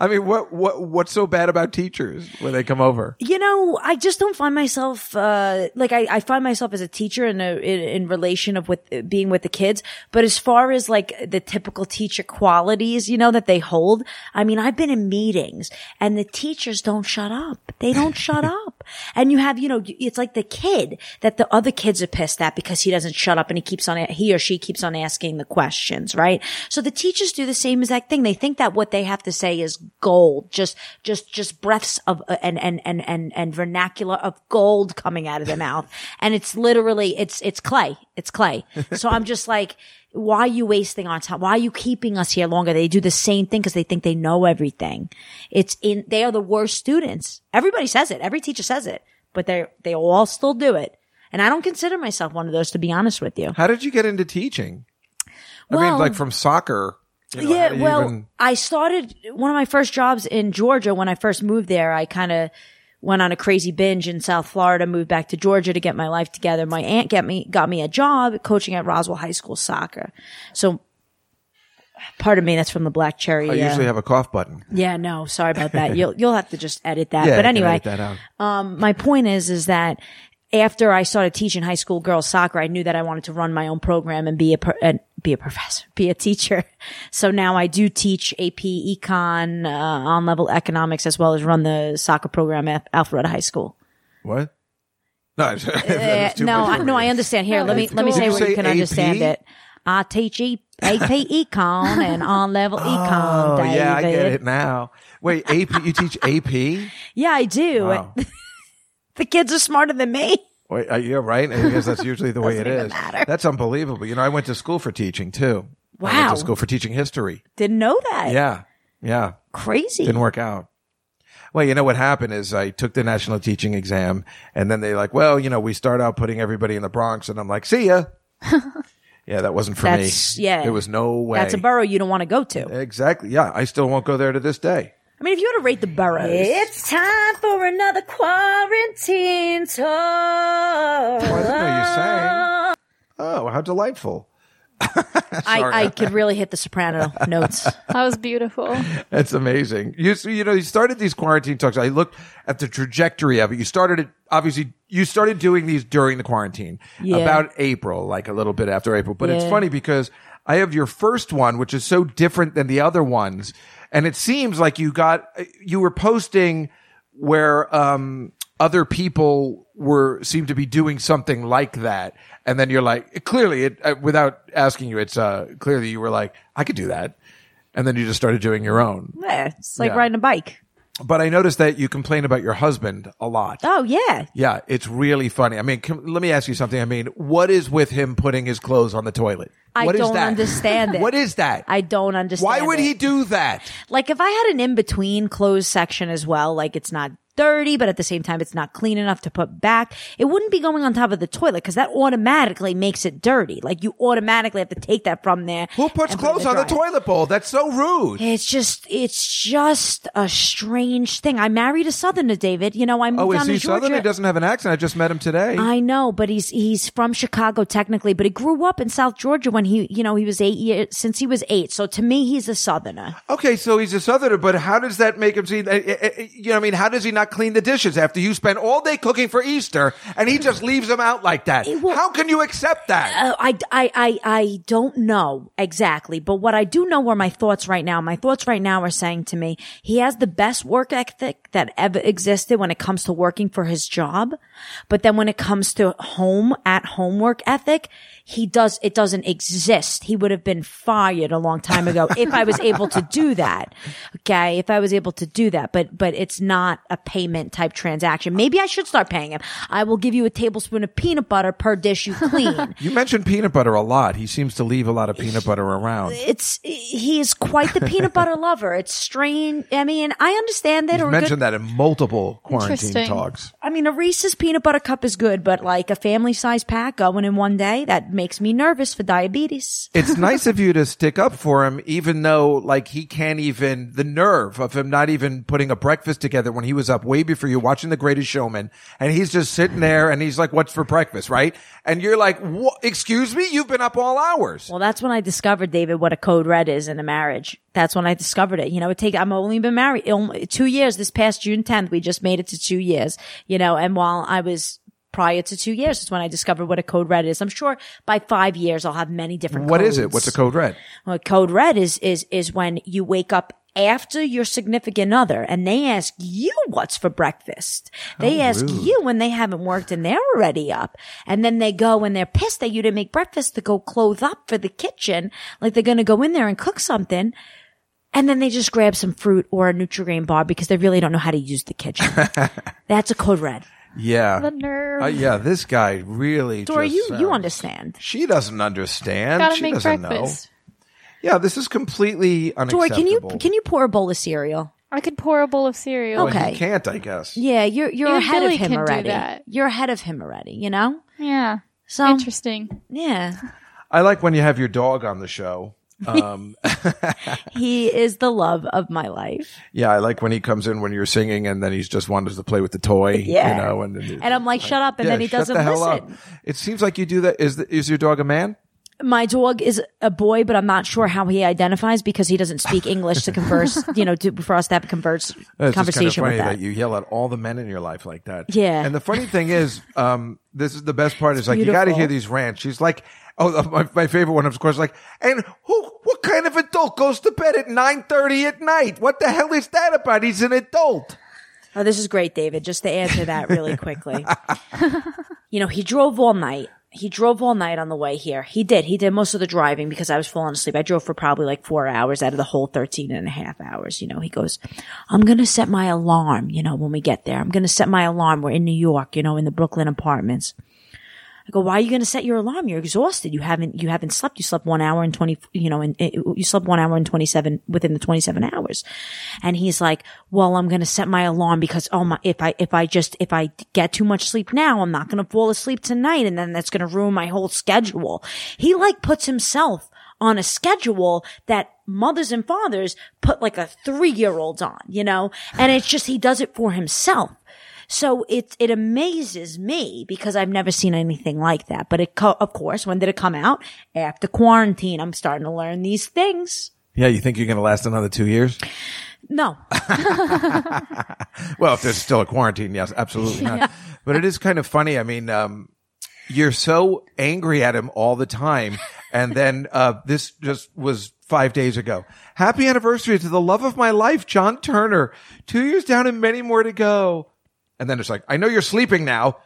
I mean, what what what's so bad about teachers when they come over?
You know, I just don't find myself, uh, like I, I find myself as a teacher in a, in, in relation of with being with the kids. But as far as like the typical teacher qualities, you know, that they hold, I mean, I've been in meetings and the teachers don't shut up. They don't shut up. And you have, you know, it's like the kid that the other kids are pissed at because he doesn't shut up and he keeps on, he or she keeps on asking the questions, right? So the teachers do the same exact thing. They think that what they have to say is gold, just, just, just breaths of, uh, and, and, and, and, and vernacular of gold coming out of their mouth. And it's literally, it's, it's clay. It's clay. So I'm just like, why are you wasting our time? Why are you keeping us here longer? They do the same thing because they think they know everything. It's in, they are the worst students. Everybody says it. Every teacher says it, but they, they all still do it. And I don't consider myself one of those, to be honest with you.
How did you get into teaching? I mean,
Well-
like from soccer. you know, how
yeah,
do you
well,
even-
I started one of my first jobs in Georgia when I first moved there. I kind of went on a crazy binge in South Florida, moved back to Georgia to get my life together. My aunt get me got me a job coaching at Roswell High School soccer. So, pardon me, that's from the Black Cherry.
I
uh,
Oh, usually have a cough button.
yeah, no, sorry about that. You'll you'll have to just edit that.
Yeah, I
but
can
anyway,
edit that out.
um, my point is, is that after I started teaching high school girls soccer, I knew that I wanted to run my own program and be a pro- and be a professor, be a teacher. So now I do teach AP Econ, uh, on level economics, as well as run the soccer program at Alpharetta High School.
What? No, I- that
Uh,
was too
no,
much
I,
for
no,
me.
I understand. Here,
No,
let me
that's
let me
cool.
say
Did
you
where
say
you can
AP?
understand it. I teach e- AP Econ and on level Econ.
Oh,
David.
yeah, I get it now. Wait, AP? You teach AP?
Yeah, I do.
Wow.
The kids are smarter than me.
Wait, uh, you're right. I guess that's usually the way it
Doesn't even
is.
matter.
That's unbelievable. You know, I went to school for teaching too. I went
Wow.
to school for teaching history.
Didn't know that.
Yeah, yeah.
Crazy.
Didn't work out. Well, you know what happened is I took the national teaching exam and then they like, well, you know, we start out putting everybody in the Bronx and I'm like, see ya. yeah, that wasn't for
That's-
me.
yeah.
There was no way.
That's a borough you don't want to go to.
Exactly. Yeah. I still won't go there to this day.
I mean, if you were to rate the boroughs,
It's time for another quarantine
Oh, I
talk.
didn't know you sang. Oh, how delightful.
I, I could really hit the soprano notes.
That was beautiful.
That's amazing. You so, you know you started these quarantine talks. I looked at the trajectory of it. You started it obviously. You started doing these during the quarantine,
Yeah.
about April, like a little bit after April. But it's
Yeah.
funny because I have your first one, which is so different than the other ones, and it seems like you got you were posting where um, other people were seemed to be doing something like that, and then you're like, clearly, it uh, without asking you, it's uh, clearly you were like, I could do that. And then you just started doing your own.
Yeah, it's like
Yeah.
riding a bike.
But I noticed that you complain about your husband a lot.
Oh yeah,
Yeah, it's really funny. I mean, com- let me ask you something. I mean, what is with him putting his clothes on the toilet?
I
What is
don't
that?
understand it.
What is that?
I don't understand.
Why would
it.
he do that?
Like if I had an in between closed section as well, like it's not dirty, but at the same time, it's not clean enough to put back. It wouldn't be going on top of the toilet because that automatically makes it dirty. Like you automatically have to take that from there.
Who puts
and put it in
clothes on the
dryer.
toilet bowl? That's so rude.
It's just, it's just a strange thing. I married a southerner, David. You know, I moved
Oh,
down
is
to
he
Georgia. Uh,
Southern? He doesn't have an accent. I just met him today.
I know, but he's he's from Chicago technically, but he grew up in South Georgia when he, you know, he was eight years since he was eight. So to me, he's a Southerner.
Okay, so he's a southerner, but how does that make him seem? eh, eh, eh, You know, what I mean, how does he not clean the dishes after you spend all day cooking for Easter and he just leaves them out like that? how can you accept that?
Uh, I, I, I, I don't know exactly, but what I do know are my thoughts right now. My thoughts right now are saying to me, he has the best work ethic that ever existed when it comes to working for his job. But then when it comes to home, at home work ethic, he does, it doesn't exist. He would have been fired a long time ago if I was able to do that. Okay. If I was able to do that, but, but it's not a payment type transaction. Maybe I should start paying him. I will give you a tablespoon of peanut butter per dish you clean.
You mentioned peanut butter a lot. He seems to leave a lot of peanut butter around.
it's he is quite the peanut butter lover. It's strange. I mean, I understand that.
You
Or a
mentioned
good,
that in multiple quarantine
Interesting.
talks.
I mean, a Reese's peanut butter cup is good, but like a family size pack going in one day, that makes me nervous for diabetes.
It's nice of you to stick up for him, even though like he can't even the nerve of him not even putting a breakfast together when he was up way before you watching The Greatest Showman, and he's just sitting there and he's like, "What's for breakfast?" Right? And you're like, "Wha- "Excuse me, you've been up all hours."
Well, that's when I discovered David what a code red is in a marriage. That's when I discovered it. You know, it take I'm only been married um, two years. This past June 10th, we just made it to two years. You know, and while I was prior to two years is when I discovered what a code red is. I'm sure by five years I'll have many different.
What is it?
codes.
What's a code red?
Well, code red is is is when you wake up after your significant other and they ask you what's for breakfast. They
Oh,
How
ask
rude.
you when they haven't worked and they're already up. And then they go and they're pissed that you didn't make breakfast to go clothe up for the kitchen. Like they're going to go in there and cook something. And then they just grab some fruit or a Nutrigrain bar because they really don't know how to use the kitchen. That's a code red.
Yeah,
The nerve.
Uh, yeah, this guy really.
Dora,
just
you, you
sounds-
understand.
She doesn't understand.
Gotta
she
make
doesn't
breakfast.
know. Yeah, this is completely unacceptable.
Dora, can you, can you pour a bowl of cereal?
I could pour a bowl of cereal.
Well, he can't, I guess.
Yeah, you're you're
Even
ahead
Billy
of him
can do
already.
that.
You're ahead of him already. You know.
Yeah.
So
interesting.
Yeah,
I like when you have your dog on the show. Um,
he is the love of my life,
Yeah, I like when he comes in when you're singing and then he's just wants to play with the toy.
Yeah.
You know, and, then-
and I'm like, shut up, and
Yeah,
then he
shut
doesn't
the hell
listen.
Up. It seems like you do that. Is the, is your dog a man?
My dog is a boy, but I'm not sure how he identifies because he doesn't speak English to converse. you know, to, for us to have a converse
It's just kinda
conversation
funny
with that.
you yell at all the men in your life like that.
Yeah.
And the funny thing is, um, this is the best part. Is like you got to
beautiful.
hear these rants. She's like, oh, my, my favorite one of course, like, and who, what kind of adult goes to bed at nine thirty at night? What the hell is that about? He's an adult.
Oh, this is great, David. Just to answer that really quickly. you know, he drove all night. He drove all night on the way here. He did. He did most of the driving because I was falling asleep. I drove for probably like four hours out of the whole 13 and a half hours. You know, he goes, I'm going to set my alarm, you know, when we get there. I'm going to set my alarm. We're in New York, you know, in the Brooklyn apartments. I go, why are you going to set your alarm? You're exhausted. You haven't, you haven't slept. You slept one hour and 20, you know, and you slept one hour and 27 within the 27 hours. And he's like, well, I'm going to set my alarm because, oh my, if I, if I just, if I get too much sleep now, I'm not going to fall asleep tonight. And then that's going to ruin my whole schedule. He like puts himself on a schedule that mothers and fathers put like a three year old on, you know, and it's just, he does it for himself. So it it amazes me because I've never seen anything like that. But it co- of course, when did it come out? After quarantine, I'm starting to learn these things.
Yeah, you think you're going to last another two years?
No,
Well, if there's still a quarantine, yes, absolutely not.
Yeah.
But it is kind of funny. I mean, um, you're so angry at him all the time. And then uh, this just was five days ago. Happy anniversary to the love of my life, John Turner. Two years down and many more to go. And then it's like, I know you're sleeping now.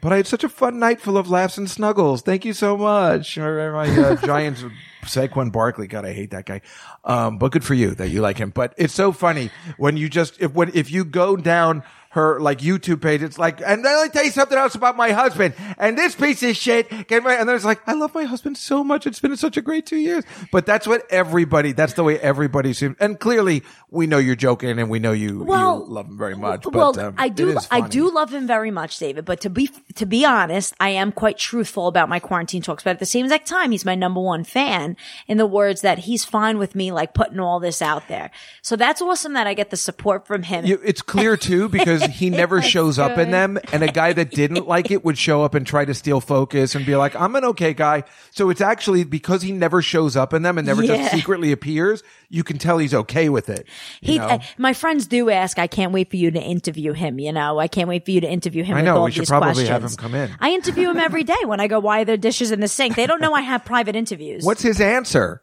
But I had such a fun night full of laughs and snuggles. Thank you so much. Or my uh, Giants, Saquon Barkley. God, I hate that guy. Um, but good for you that you like him. But it's so funny when you just if when if you go down her like YouTube page. It's like, and then I tell you something else about my husband. And this piece of shit came right, and then it's like, I love my husband so much. It's been such a great two years. But that's what everybody. That's the way everybody seems. And clearly, we know you're joking, and we know you,
Well,
you love him very much. But
well,
um,
I
it
do.
is
I
funny.
do love him very much, David. But to be to be honest, I am quite truthful about my quarantine talks. But at the same exact time, he's my number one fan. In the words that he's fine with me, like putting all this out there. So that's awesome that I get the support from him.
You, it's clear too because he never shows up in them, and a guy that didn't like it would show up and try to steal focus and be like, "I'm an okay guy." So it's actually because he never shows up in them and never
Yeah.
just secretly appears, you can tell he's okay with it. you
He,
know?
uh, my friends do ask. I can't wait for you to interview him. You know, I can't wait for you to interview him.
I
with
know,
all
we should
these
probably have
questions.
him come in.
I interview him every day when I go. Why are there dishes in the sink? They don't know I have private interviews.
What's his answer?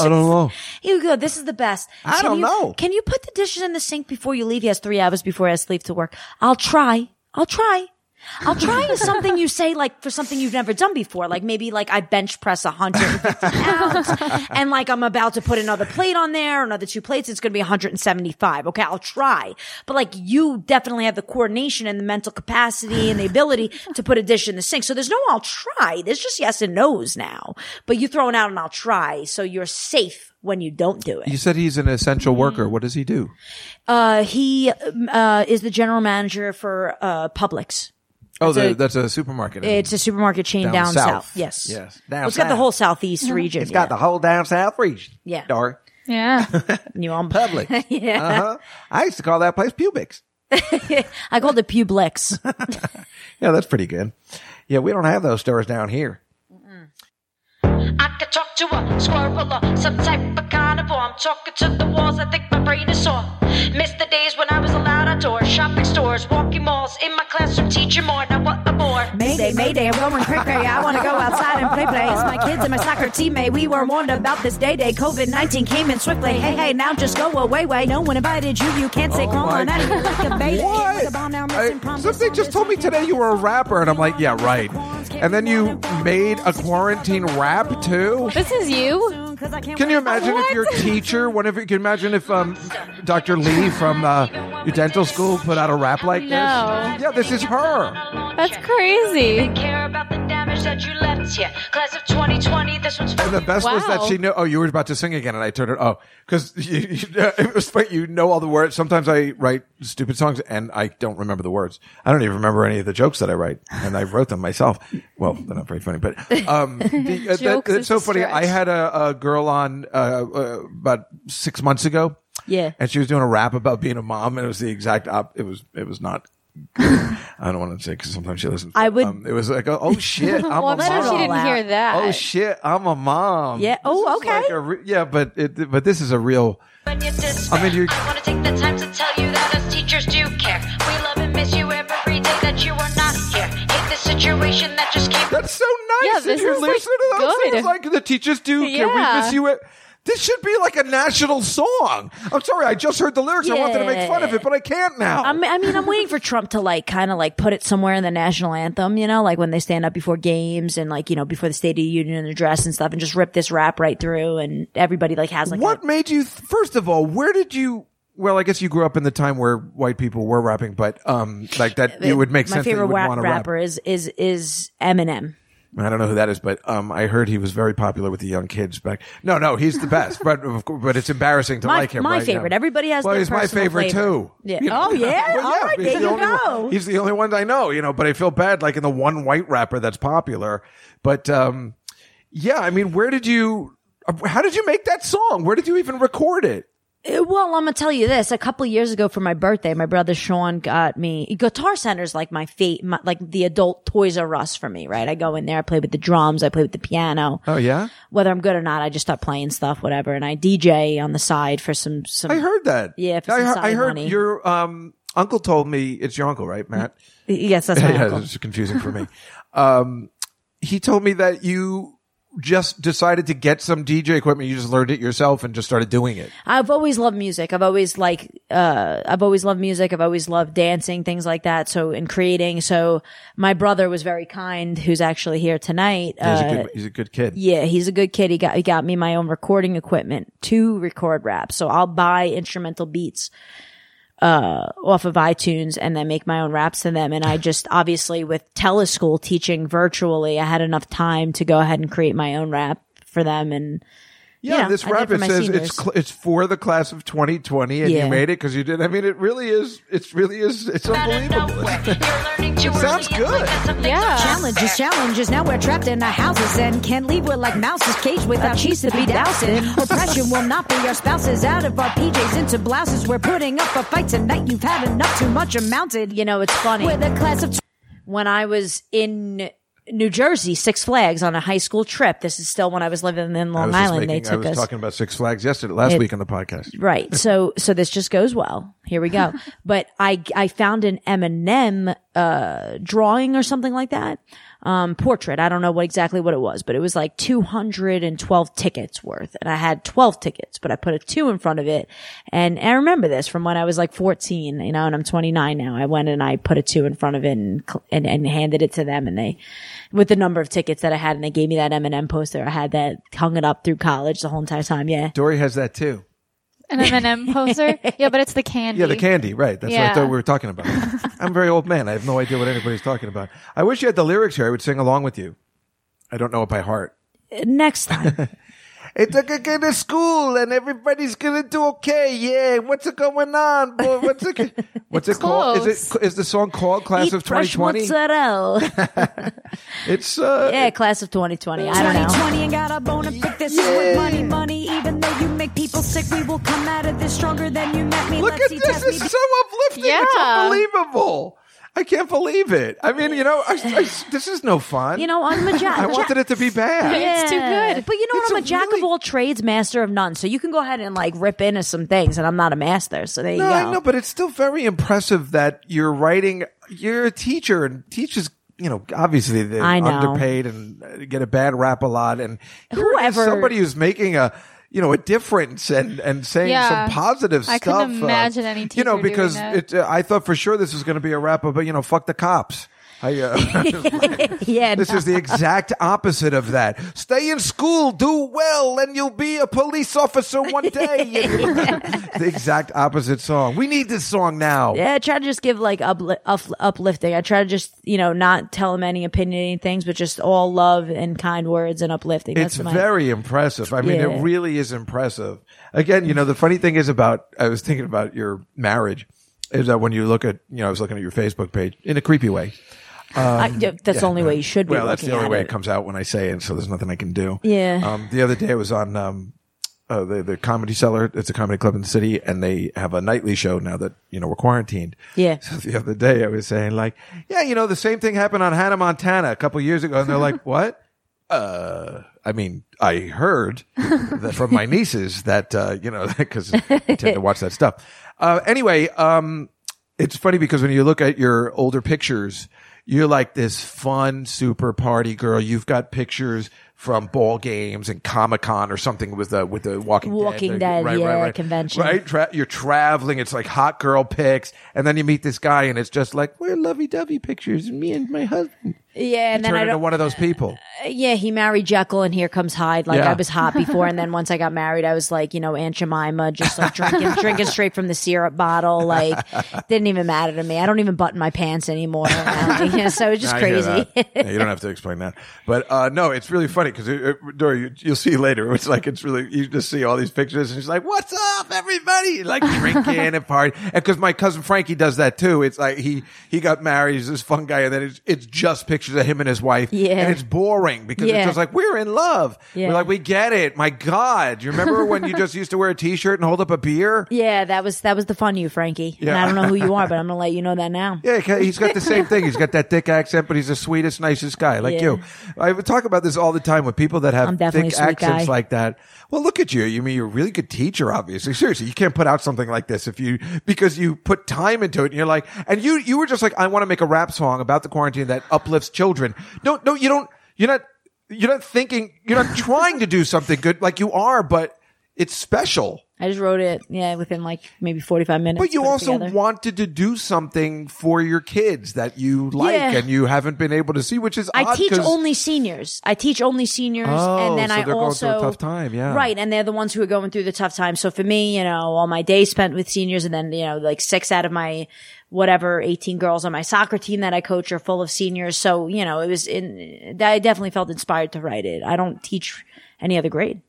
I don't know.
You go. This is the best.
I don't
you,
know.
Can you put the dishes in the sink before you leave? He has three hours before he has to leave to work. I'll try. I'll try. I'll try is something you say like for something you've never done before. Like maybe like I bench press 150 pounds and like I'm about to put another plate on there, another two plates. It's going to be 175. Okay. I'll try. But like you definitely have the coordination and the mental capacity and the ability to put a dish in the sink. So there's no I'll try. There's just yes and no's now, but you throw it out and I'll try. So you're safe when you don't do it.
You said he's an essential
Mm-hmm.
worker. What does he do?
Uh, he, um, uh, is the general manager for, uh, Publix.
Oh,
It's
the,
a-
that's a supermarket.
It's a supermarket chain
Down
down,
south.
south. Yes.
Yes.
Down
Down
well, it's got the
south.
whole southeast region.
It's got the whole down south region.
Yeah.
Dory.
Yeah.
the you on
Public.
Yeah.
Uh huh. I used to call that place Pubix.
I called it Publix.
Yeah, that's pretty good. Yeah, we don't have those stores down here.
I could talk to a squirrel or some type of carnivore. I'm talking to the walls, I think my brain is sore. Miss the days when I was allowed outdoors, shopping stores, walking malls, in my classroom, teaching more. Now what a bore.
Mayday, Mayday, I'm going cray cray. I want to go outside and play play. It's my kids and my soccer teammate. We were warned about this day day. COVID 19 came in swiftly. Hey, hey, now just go away, way. No one invited you. You can't say
Oh
crawl
my
on out. Like a beta.
What?
Like a ball now missing
I,
promise
something
on
just
this
told me today you were a rapper, and I'm like, yeah, right. And then you made a quarantine rap too.
This is you?
soon 'cause I can't
Can you
wait.
imagine if your teacher, one of your, can you imagine if um, Dr. Lee from uh, your dental school put out a rap like this?
No.
Yeah, this is her.
That's crazy.
Care about the damage that you left here. Class of 2020, this one's for
And the best was that
Wow.
she knew. Oh, you were about to sing again, and I turned it. Oh, because you, you, it was funny. You know all the words. Sometimes I write stupid songs, and I don't remember the words. I don't even remember any of the jokes that I write, and I wrote them myself. Well, they're not very funny, but um, the, uh, that-
Jokes
that's
is
so
a
funny. I
stretch.
had a, a girl on uh, uh, about six months ago.
Yeah.
and she was doing a rap about being a mom, and it was the exact op. It was it was not. good. I don't want to say because sometimes she listens.
I would-
it was like, oh shit, I'm
Well,
a
I'm sure
mom.
she didn't hear that.
Oh shit, I'm a mom.
Yeah. Oh,
This is
okay.
like a re- yeah, but it, but this is a real.
when you despair.
I mean, you-
I want to take the time to tell you that us teachers do care. We love and miss you every day that you are not here. Hate the situation that just came.
That's so nice.
Yeah,
that
this
you're
is, like,
listening to those
good.
things. Like the teachers do. Can we
Yeah.
miss you? At- this should be like a national song. I'm sorry, I just heard the lyrics. I wanted to make fun of it, but I can't now.
I'm, I mean, I'm waiting for Trump to like kind of like put it somewhere in the national anthem, you know, like when they stand up before games and like, you know, before the State of the Union address and stuff and just rip this rap right through and everybody like has like,
what
a-
made you? Th- first of all, where did you? Well, I guess you grew up in the time where white people were rapping, but um, like that, it would make
my
sense. that you
favorite
would
wa-
want to rap.
rapper is, is, is Eminem.
I don't know who that is, but um, I heard he was very popular with the young kids back. No, no, he's the best, but of course, but it's embarrassing to
My-
like him.
my
right?
favorite.
Yeah.
Everybody has
Well,
their
he's my
personal
favorite
flavor.
too.
Yeah. Oh, yeah? All right,
he's
there
the
you
only
go.
One, he's the only one I know, you know. But I feel bad, like in the one white rapper that's popular. But um, yeah, I mean, where did you? How did you make that song? Where did you even record it?
Uh, Well, I'm gonna tell you this. A couple years ago for my birthday, my brother Sean got me Guitar Center's like my fate, my, like the adult Toys R Us for me, right? I go in there, I play with the drums, I play with the piano.
Oh yeah,
Whether I'm good or not, I just start playing stuff, whatever. And I DJ on the side for some some.
I heard that.
Yeah, for
I,
some
heard- I
side
heard
money.
your um uncle told me it's your uncle, right, Matt?
yes, that's my
yeah,
uncle.
it's confusing for me. Um, he told me that you just decided to get some DJ equipment. You just learned it yourself and just started doing it.
I've always loved music. I've always like uh I've always loved music. I've always loved dancing, things like that. So and creating. So my brother was very kind, who's actually here tonight.
He's,
uh,
a, good, he's a good kid.
Yeah, he's a good kid. He got he got me my own recording equipment to record rap. So I'll buy instrumental beats uh, off of iTunes and then make my own raps to them. And I just obviously with teleschool teaching virtually, I had enough time to go ahead and create my own rap for them. And
Yeah,
you know,
this
I did
rap
for
it
my
says
seniors.
it's cl- it's for the class of 2020, and
Yeah.
you made it because you did. I mean, it really is. It's really is. It's unbelievable.
it
sounds good.
Yeah.
Challenges, challenges. Now we're trapped in our houses and can't leave. We're like mouses caged with our cheese to be dousing. Oppression will not be our spouses. Out of our PJs into blouses. We're putting up a fight tonight. You've had enough. Too much amounted.
You know, it's funny.
We're the class of.
when I was in New Jersey, Six Flags on a high school trip, this is still when I was living in
I
Long
was just
Island.
making-
they took
I
us.
was talking about Six Flags yesterday, last
It-
week on the podcast.
Right. So so this just goes well. Here we go. but I I found an Eminem uh drawing or something like that. Um portrait. I don't know what exactly what it was, but it was like 212 tickets worth. And I had 12 tickets, but I put a 2 in front of it. And I remember this from when I was like 14, you know, and I'm 29 now. I went and I put a 2 in front of it and cl- and, and handed it to them and they with the number of tickets that I had and they gave me that Eminem poster. I had that hung it up through college the whole entire time. Yeah.
Dory has that too.
An M&M poster? Yeah, but it's the candy.
Yeah, the candy, right. That's what I
Yeah.
thought we were talking about. I'm a very old man. I have no idea what anybody's talking about. I wish you had the lyrics here. I would sing along with you. I don't know it by heart.
Next time.
it's like I go to school and everybody's gonna do okay. Yeah, what's it going on? Boy? What's it? What's it called? Is it is the song called Class
Eat
of
fresh
2020?
mozzarella.
It's uh,
yeah, class of 2020. I don't know.
2020 and got a bone to pick. This is with money, money. Even though you make people sick, we will come out of this stronger than you met me.
Look
Let's
at
see,
this.
test me.
It's so uplifting. It's unbelievable. I can't believe it. I mean, you know, I, I- this is no fun.
You know, I'm a jack.
I wanted it to be bad.
But you know what? I'm a, jack of all trades, master of none. So you can go ahead and like rip into some things, and I'm not a master. So there you
No,
go.
I know, but it's still very impressive that you're writing. You're a teacher and teaches. You know, obviously they're
I know.
underpaid and uh, get a bad rap a lot. And here it is,
Whoever-
somebody who's making a you know a difference and and saying
Yeah.
some positive
I
stuff.
couldn't
uh,
imagine any
you
teacher
know
doing
because
that.
it. Uh, I thought for sure this was going to be a rap, but you know, fuck the cops. I, uh,
yeah.
This is the exact opposite of that. Stay in school, do well, and you'll be a police officer one day. the exact opposite song. We need this song now.
Yeah, I try to just give like upli- up- uplifting. I try to just, you know, not tell them any opinionating things, but just all love and kind words and uplifting.
It's
That's my
very impressive. I mean,
Yeah.
it really is impressive. Again, you know, the funny thing is about, I was thinking about your marriage, is that when you look at, you know, I was looking at your Facebook page in a creepy way.
I-
Um,
yeah, that's the only way you should be
Well, that's
looking
the only
at
way
it.
it comes out when I say it, so there's nothing I can do.
Yeah.
Um, the other day I was on um, uh, the the comedy cellar. It's a comedy club in the city, and they have a nightly show now that you know we're quarantined.
Yeah.
So the other day I was saying like, yeah, you know, the same thing happened on Hannah Montana a couple years ago, and they're like, what? Uh, I mean, I heard that from my nieces that uh, you know because I tend to watch that stuff. Uh, anyway, um, it's funny because when you look at your older pictures, you're like this fun super party girl. You've got pictures from ball games and Comic Con or something with the with the Walking Dead,
Walking
uh,
Dead, yeah, convention.
right? Tra- you're traveling. It's like hot girl pics, and then you meet this guy, and it's just like we're lovey dovey pictures, and me and my husband.
Yeah, and
you
then
turn
I
into
don't.
one of those people.
Uh, yeah, he married Jekyll and Here Comes Hyde. Like
Yeah.
I was hot before, and then once I got married, I was like, you know, Aunt Jemima, just like drinking, drinking straight from the syrup bottle. Like didn't even matter to me. I don't even button my pants anymore. now. You know, so it's just
I hear
crazy.
that. Yeah, you don't have to explain that, but uh, no, it's really funny because Dory, you, you'll see later. It's like it's really you just see all these pictures, and she's like, "What's up, everybody?" Like drinking and party, and because my cousin Frankie does that too. It's like he he got married, he's this fun guy, and then it's, it's just pictures of him and his wife,
Yeah.
and it's boring because
Yeah.
it's just like we're in love.
Yeah.
We're like, we get it. My God, you remember when you just used to wear a t-shirt and hold up a beer?
yeah, that was that was the fun you, Frankie. And
Yeah.
I don't know who you are, but I'm gonna let you know that now.
Yeah, he- he's got the same thing. He's got that thick accent, but he's the sweetest, nicest guy, like
Yeah.
you. I would talk about this all the time with people that
I'm
have
definitely
thick
a sweet
accents
guy.
like that. Well, look at you. You mean you're a really good teacher, obviously. Seriously, you can't put out something like this if you because you put time into it. And you're like, and you you were just like, I want to make a rap song about the quarantine that uplifts children. No, no, you don't. You're not. You're not thinking. You're not trying to do something good like you are, but it's special.
I just wrote it, yeah, within like maybe 45 minutes.
But you
put it
also
together.
wanted to do something for your kids that you like
Yeah.
and you haven't been able to see, which is
I
odd
teach
'cause-
only seniors. I teach only seniors,
Oh,
and then
so
I
they're going
also
through a tough time, yeah.
right. And they're the ones who are going through the tough time. So for me, you know, all my days spent with seniors, and then you know, like six out of my whatever eighteen girls on my soccer team that I coach are full of seniors. So you know, it was in. I definitely felt inspired to write it. I don't teach any other grade.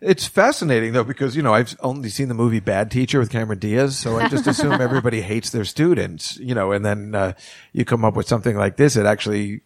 It's fascinating though because you know I've only seen the movie Bad Teacher with Cameron Diaz, so I just assume everybody hates their students, you know. And then uh, you come up with something like this, it actually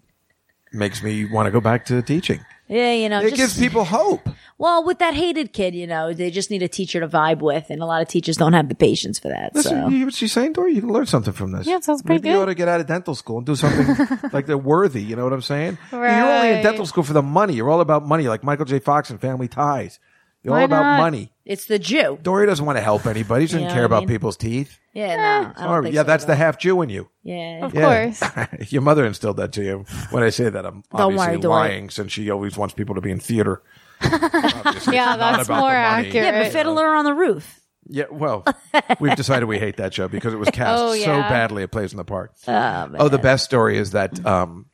makes me want to go back to teaching.
Yeah, you know,
it gives people hope.
Well, with that hated kid, you know, they just need a teacher to vibe with, and a lot of teachers don't have the patience for that.
Listen,
so.
you hear what she's saying, Dory? You can learn something from this.
Yeah, it sounds pretty
Maybe you
good.
ought to get out of dental school and do something like they're worthy. You know what I'm saying? You're only in
Right.
dental school for the money. You're all about money, like Michael J. Fox and Family Ties. You're
Why
all about
not?
money.
It's the Jew.
Dory doesn't want to help anybody. She doesn't
Yeah,
care
I
about
mean-
people's teeth.
Yeah, no, I don't
Sorry.
think
yeah,
so.
that's the half Jew in you.
Yeah. Of
course. Your mother instilled that to you. When I say that, I'm
Don't
obviously
worry, Dory.
lying since she always wants people to be in theater.
yeah,
not
that's
about
more
the money.
accurate.
Yeah, but
Fiddler on the Roof.
Yeah, well, we've decided we hate that show because it was cast
Oh,
so
yeah.
badly it plays in the park.
Oh, man.
the best story is that um,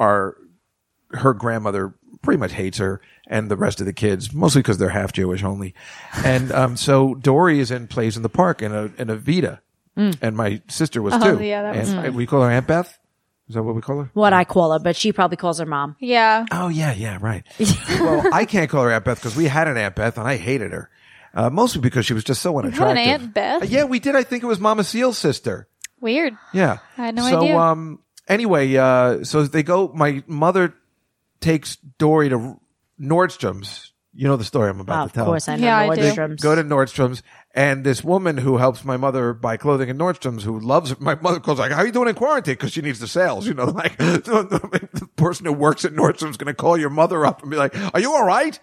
our her grandmother pretty much hates her and the rest of the kids, mostly because they're half Jewish only. And um, so Dory is in plays in the park in a in a Vita,
Mm.
and my sister was
Oh,
too.
yeah, that was
and
fun.
we call her Aunt Beth. Is that what we call her?
What I call her, but she probably calls her mom.
Yeah.
Oh yeah, yeah, right. well, I can't call her Aunt Beth because we had an Aunt Beth and I hated her, uh, mostly because she was just so
You have
unattractive.
an Aunt Beth?
Uh, yeah, we did. I think it was Mama Seal's sister.
Weird.
Yeah.
I had no
so,
idea.
um, anyway, uh, so they go, my mother takes Dory to Nordstrom's. You know the story I'm about
Oh,
to tell.
of course I know Yeah, I do. Nordstrom's.
They go to Nordstrom's and this woman who helps my mother buy clothing in Nordstrom's who loves, my mother calls like, how are you doing in quarantine? Cause she needs the sales, you know, like the person who works at Nordstrom's going to call your mother up and be like, are you all right?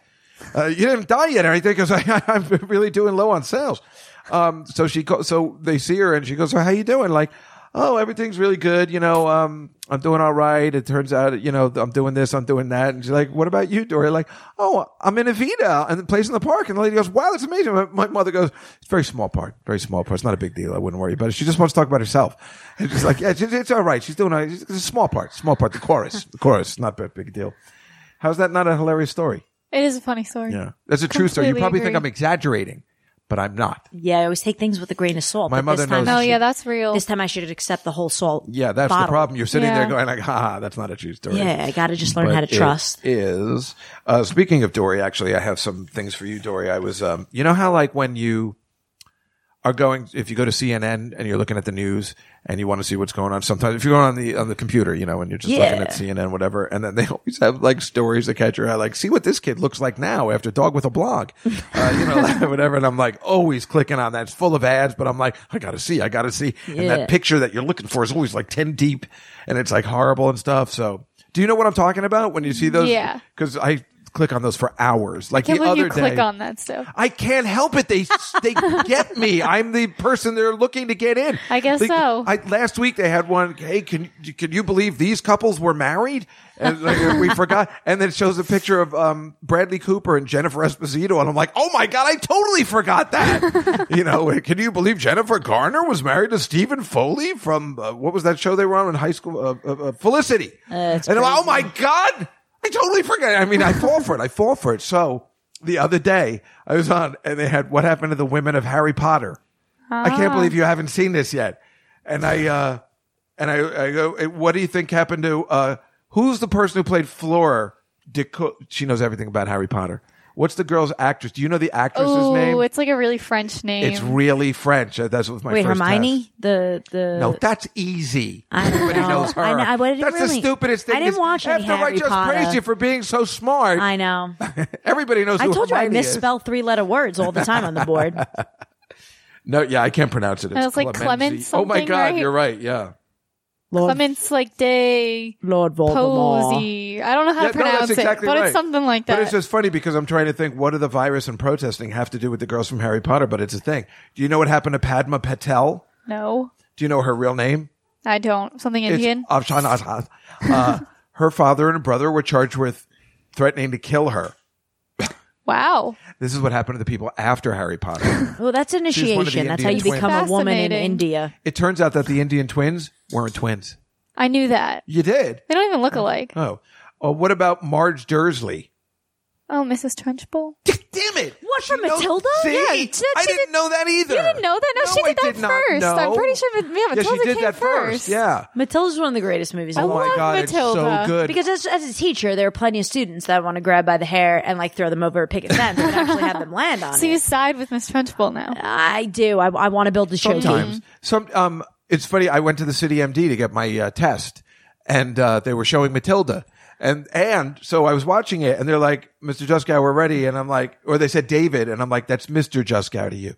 Uh, you didn't die yet or anything because I'm really doing low on sales. Um, so she, go- so they see her and she goes, so how you doing? Like, oh, everything's really good. You know, um, I'm doing all right. It turns out, you know, I'm doing this, I'm doing that. And she's like, what about you, Dory? Like, oh, I'm in Evita and the place in the park. And the lady goes, wow, that's amazing. My, my mother goes, it's a very small part, very small part. It's not a big deal. I wouldn't worry about it. She just wants to talk about herself. And she's like, yeah, it's, it's all right. She's doing all right. It's a small part, small part, the chorus, the chorus, not a big deal. How's that not a hilarious story?
It is a funny story.
Yeah. That's a true story. You
Completely
probably think
agree.
I'm exaggerating, but I'm not.
Yeah, I always take things with a grain of salt.
My
but this
mother
time,
knows No, she- yeah,
that's real.
This time I should accept the whole salt.
Yeah, that's the
bottle.
problem. You're sitting there going like, "Ha, ha, that's not a true story."
Yeah, I gotta just learn how to
it
trust.
Is uh, speaking of Dory, actually, I have some things for you, Dory. I was, um, you know how like when you are going, if you go to CNN and you're looking at the news and you want to see what's going on. Sometimes if you're going on the on the computer, you know, and you're just looking
Yeah.
at CNN, whatever, and then they always have like stories that catch your eye, like see what this kid looks like now after Dog with a Blog, uh, you know, like, whatever. And I'm like always clicking on that. It's full of ads, but I'm like, I gotta see, I gotta see, and
Yeah.
that picture that you're looking for is always like ten deep, and it's like horrible and stuff. So. Do you know what I'm talking about when you see those?
Yeah.
Because I click on those for hours. Like
Can't
the
believe
other
you click
day,
on that stuff.
I can't help it. They they get me. I'm the person they're looking to get in.
I guess
They-
so.
I, last week they had one. Hey, can can you believe these couples were married? And like, we forgot. And then it shows a picture of um, Bradley Cooper and Jennifer Esposito, and I'm like, oh my god, I totally forgot that. you know, can you believe Jennifer Garner was married to Stephen Foley from uh, what was that show they were on in high school? Uh, uh, uh, Felicity.
it's
and I'm like, oh my
crazy.
god, I totally forgot. I mean, I fall for it. I fall for it. So the other day I was on, and they had what happened to the women of Harry Potter. I can't
Ah.
believe you haven't seen this yet. And I uh and I, I go, "Eh, what do you think happened to uh who's the person who played Flora? Deco- she knows everything about Harry Potter. What's the girl's actress? Do you know the actress's
Oh,
name?
it's like a really French name.
It's really French. Uh, That's what my
Wait,
first
Hermione?
test.
The the
No, that's easy.
I don't
Everybody
know.
knows her.
I, know- I, what did it
that's
really?
the stupidest thing.
I didn't
is
watch any
After I
Harry
just
Potter.
praised you for being so smart,
I know.
everybody knows.
I
who
told you I
Hermione is.
misspell three letter words all the time on the board.
No, yeah, I can't pronounce it.
And it's like
Clemency.
Clemens
Oh my
something,
god,
right?
you're right. Yeah.
Clements like Day
Lord
Posey. I don't know how
Yeah,
to pronounce
no, that's exactly
it, but
right.
it's something like that.
But it's just funny because I'm trying to think what do the virus and protesting have to do with the girls from Harry Potter? But it's a thing. Do you know what happened to Padma Patel?
no,
Do you know her real name?
I don't. Something
It's
Indian.
Afshan Azad. Uh, her father and brother were charged with threatening to kill her.
Wow.
This is what happened to the people after Harry Potter.
Well, that's
She's one of the
initiation. That's how you
Indian
become a
twins.
woman in
Fascinating.
India.
it turns out that the Indian twins weren't twins.
I knew that.
You did.
They don't even look alike.
Oh. Oh, what about Marge Dursley?
Oh, Mrs. Trunchbull.
Damn it!
What from
Matilda?
See?
Yeah,
I
that she
didn't
did-
know that either.
You didn't know that? No, she
I
did that
did not
first. I'm
know.
pretty sure. Ma- Yeah,
Yeah, she
Matilda
did
came
that first.
first.
Yeah.
Matilda's one of the greatest movies.
Oh
of all
my
time.
God, it's so Matilda. good.
Because as, as a teacher, there are plenty of students that want to grab by the hair and like throw them over a picket fence and actually have them land on
So
it.
you side with Miss Trunchbull now.
I do. I, I want to build a show.
Sometimes, some um, it's funny. I went to the city MD to get my uh, test, and uh, they were showing Matilda, and and so I was watching it, and they're like, "Mr. Juskow, we're ready," and I'm like, or they said David, and I'm like, "That's Mr. Juskow to you,"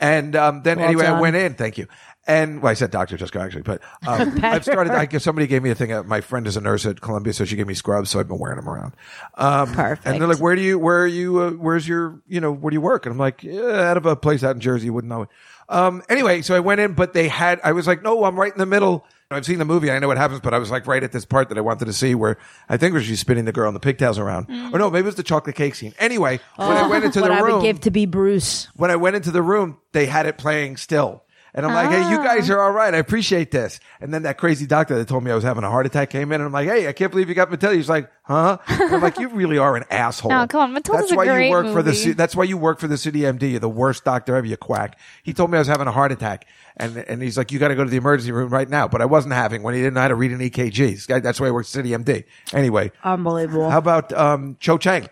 and um, then
Well
anyway, I
done.
went in. Thank you. And well, I said Doctor Juskow actually, but um, I've started. I, somebody gave me a thing. uh, My friend is a nurse at Columbia, so she gave me scrubs, so I've been wearing them around. Um, Perfect. And they're like, "Where do you? Where are you? Uh, where's your? You know, where do you work?" And I'm like, yeah, "Out of a place out in Jersey, you wouldn't know it." Um, anyway, so I went in, but they had. I was like, "No, I'm right in the middle." I've seen the movie. I know what happens, but I was like right at this part that I wanted to see where I think where she's spinning the girl in the pigtails around. Or no, maybe it was the chocolate cake scene. Anyway, when I went into
Mm. Oh, what
the
I
room,
would give to be Bruce.
when I went into the room, they had it playing still. And I'm like, hey, you guys
Ah.
are all right. I appreciate this. And then that crazy doctor that told me I was having a heart attack came in and I'm like, hey, I can't believe you got Matilda. He's like, huh? And I'm like, you really are an asshole.
No, come on, Matilda's
that's
a
why
great
you work for the
movie.
ci- that's why you work for the city MD. You're the worst doctor ever, you quack. He told me I was having a heart attack. And and he's like, You gotta go to the emergency room right now. But I wasn't having one. He didn't know how to read an EKG. This guy- That's why I worked at City MD. Anyway.
Unbelievable.
How about um Cho Chang?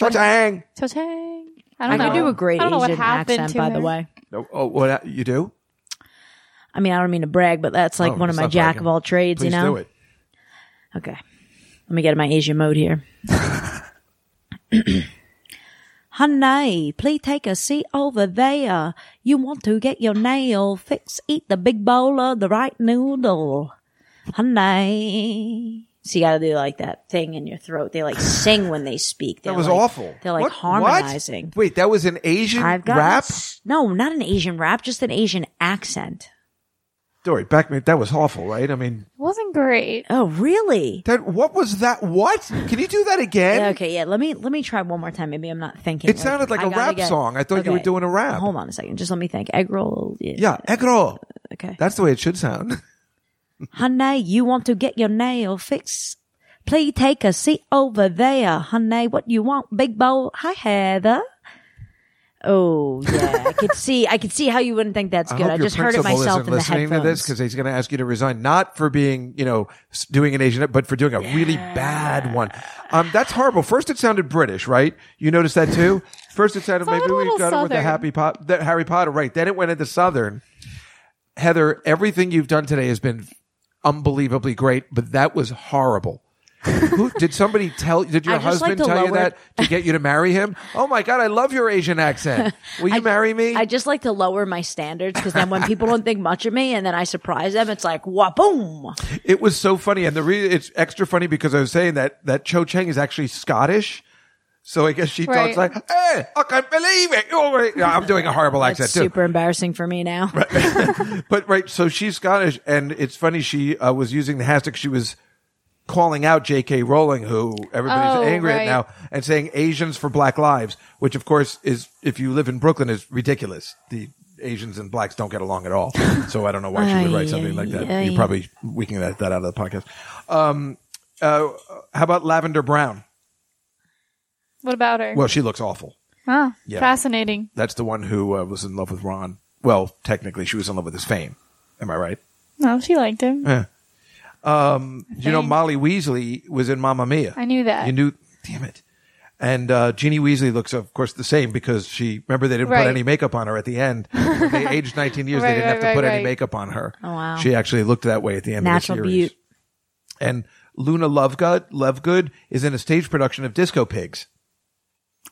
Cho Chang.
Cho-chang. I
I
don't know.
could do a great
I don't know what
Asian
happened
accent,
to
by
her.
the way.
Oh, oh, what you do?
I mean, I don't mean to brag, but that's like
Oh,
one of
it's
my
not
jack
bragging.
of all trades.
Please
you know.
do it.
Okay, let me get in my Asian mode here. Honey, please take a seat over there. You want to get your nail fixed? Eat the big bowl of the right noodle. Honey. So you gotta do like that thing in your throat. They like sing when they speak.
That
They're,
was
like-
awful.
They're like
What-
harmonizing.
What? Wait, that was an Asian
I've got
rap?
No, not an Asian rap, just an Asian accent.
Dory, back me. That was awful, right? I mean,
It wasn't great.
Oh, really?
that, what was that? What? Can you do that again?
Yeah, okay, yeah. Let me let me try one more time. Maybe I'm not thinking.
It sounded like
I
a
gotta
rap
get-
song. I thought you were
Okay.
doing a rap.
Hold on a second. Just let me think. Egg roll. Yeah.
Yeah, egg roll.
Okay.
That's the way it should sound.
Honey, you want to get your nail fixed? Please take a seat over there. Honey, what you want? Big bowl. Hi, Heather. Oh yeah, I could see. I could see how you wouldn't think that's
I
good.
hope
I
your
just heard it
principal
myself
isn't
in the
listening to this
headphones.
because he's going to ask you to resign, not for being, you know, s- doing an Asian, but for doing a really bad one. Um, that's horrible. First, it sounded British, right? You noticed that too. First, it sounded maybe
a
we
little
got it with the
Southern.
Happy Pot, that Harry Potter, right? Then it went into Southern. Heather, everything you've done today has been unbelievably great, but that was horrible. Who, did somebody tell? Did your
I just
husband
like to
tell you
lower-
that to get you to marry him? Oh my God, I love your Asian accent. Will you marry me?
I just like to lower my standards because then when people don't think much of me and then I surprise them, it's like wha boom.
It was so funny, and the reason it's extra funny because I was saying that that Cho Chang is actually Scottish, so I guess she
Right.
talks like, "Hey, I can't believe it." Oh, wait. Yeah, I'm doing a horrible accent
That's
too,
super embarrassing for me now.
but right. So she's Scottish, and it's funny she uh, was using the hashtag. She was calling out J.K. Rowling, who everybody's
Oh,
angry
right.
at now, and saying Asians for Black Lives, which of course is if you live in Brooklyn is ridiculous. The Asians and blacks don't get along at all, so I don't know why she would write something like that.
Ay,
You
ay.
probably we can edit that out of the podcast. Um, uh, how about Lavender Brown?
What about her?
Well, she looks awful.
oh,
Yeah.
fascinating.
That's the one who uh, was in love with Ron. Well, technically, she was in love with his fame. Am I right?
No, Oh, she liked him.
Yeah. Um, you know, Molly Weasley was in Mamma Mia.
I knew that.
You knew, damn it. And uh, Jeannie Weasley looks, of course, the same because she, remember, they didn't
Right.
put any makeup on her at the end. When they aged 19 years,
Right,
they didn't have
right,
to
right,
put any
right.
makeup on her.
Oh, wow.
She actually looked that way at the end
Natural
of the series.
beaut.
And Luna Lovegood, Lovegood is in a stage production of Disco Pigs.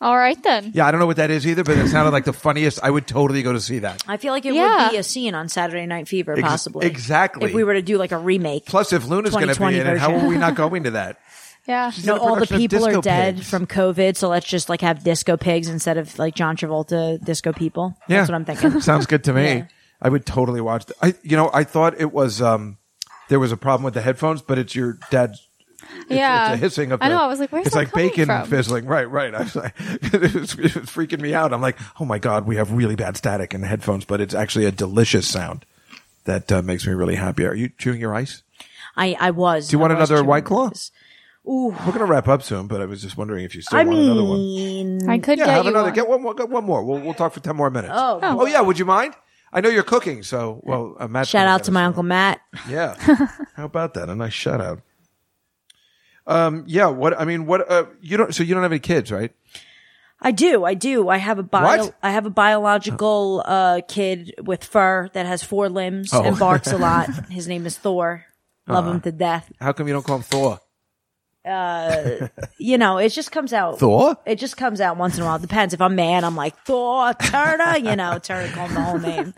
All right then.
Yeah, I don't know what that is either, but it sounded like the funniest. I would totally go to see that.
I feel like it
Yeah.
would be a scene on Saturday Night Fever,
Ex-
possibly.
exactly.
If we were to do like a remake.
Plus, if Luna's going to be
2020
in it, how
version.
are we not going to that?
Yeah.
She's
No,
in a
all the
production of
people
Disco
are dead
Pigs.
from COVID, so let's just like have disco pigs instead of like John Travolta disco people. That's what I'm thinking.
Sounds good to me.
Yeah.
I would totally watch. th- I you know I thought it was um there was a problem with the headphones, but it's your dad's It's,
Yeah.
it's a hissing of.
I know,
the-
I was like, where's
it's
that
like
coming
bacon
from?
fizzling. Right, right. I was like, it was, it was freaking me out. I'm like, oh my god, we have really bad static in the headphones, but it's actually a delicious sound that uh, makes me really happy. Are you chewing your ice?
I, I was.
Do you
I
want
was
another
chewing
white claw?
Ooh.
We're gonna wrap up soon, but I was just wondering if you still
I
want another one.
mean,
I could
yeah,
get
have
you
another.
one.
Get one more. Get one more. We'll we'll talk for ten more minutes.
Oh, Oh.
oh yeah. Would you mind? I know you're cooking, so well, uh, Matt.
Shout out to my uncle Matt.
Yeah. How about that? A nice shout out. Um. Yeah. What I mean. What. Uh. You don't. So you don't have any kids, right?
I do. I do. I have a bio.
What?
I have a biological uh, kid with fur that has four limbs
Oh. Uh-huh.
and barks a lot. His name is Thor. Love
Aw.
him to death.
How come you don't call him Thor?
Uh, you know, it just comes out.
Thor?
It just comes out once in a while. Depends. If I'm mad, I'm like Thor Turner. You know, Turner called him the whole name.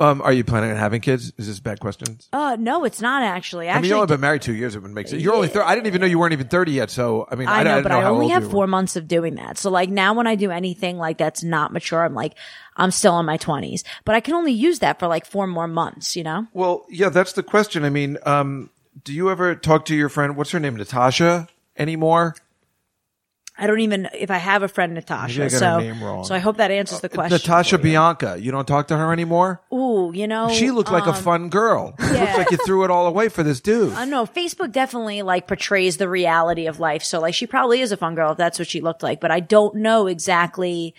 Um. Are you planning on having kids? Is this bad question?
Uh, no, it's not actually.
I mean,
Actually,
you've only been married two years. It would make sense. You're only. Thir- I didn't even know you weren't even thirty yet. So I mean, I,
I know,
don't- I
but
don't know
I
how
only
old
have
you
four months of doing that. So like now when I do anything like that's not mature, I'm like, I'm still in my twenties, but I can only use that for like four more months, you know?
Well, yeah, that's the question. I mean, um, do you ever talk to your friend? What's her name, Natasha? Anymore?
I don't even, if I have a friend, Natasha.
Maybe I got her
so,
name wrong. Uh,
so I hope that answers the question.
Natasha Bianca. You don't talk to her anymore.
Ooh, you know,
she looked like a
um,
fun girl. It
yeah.
Looks like you threw it all away for this dude.
I know Facebook definitely like portrays the reality of life. So like she probably is a fun girl if that's what she looked like, but I don't know exactly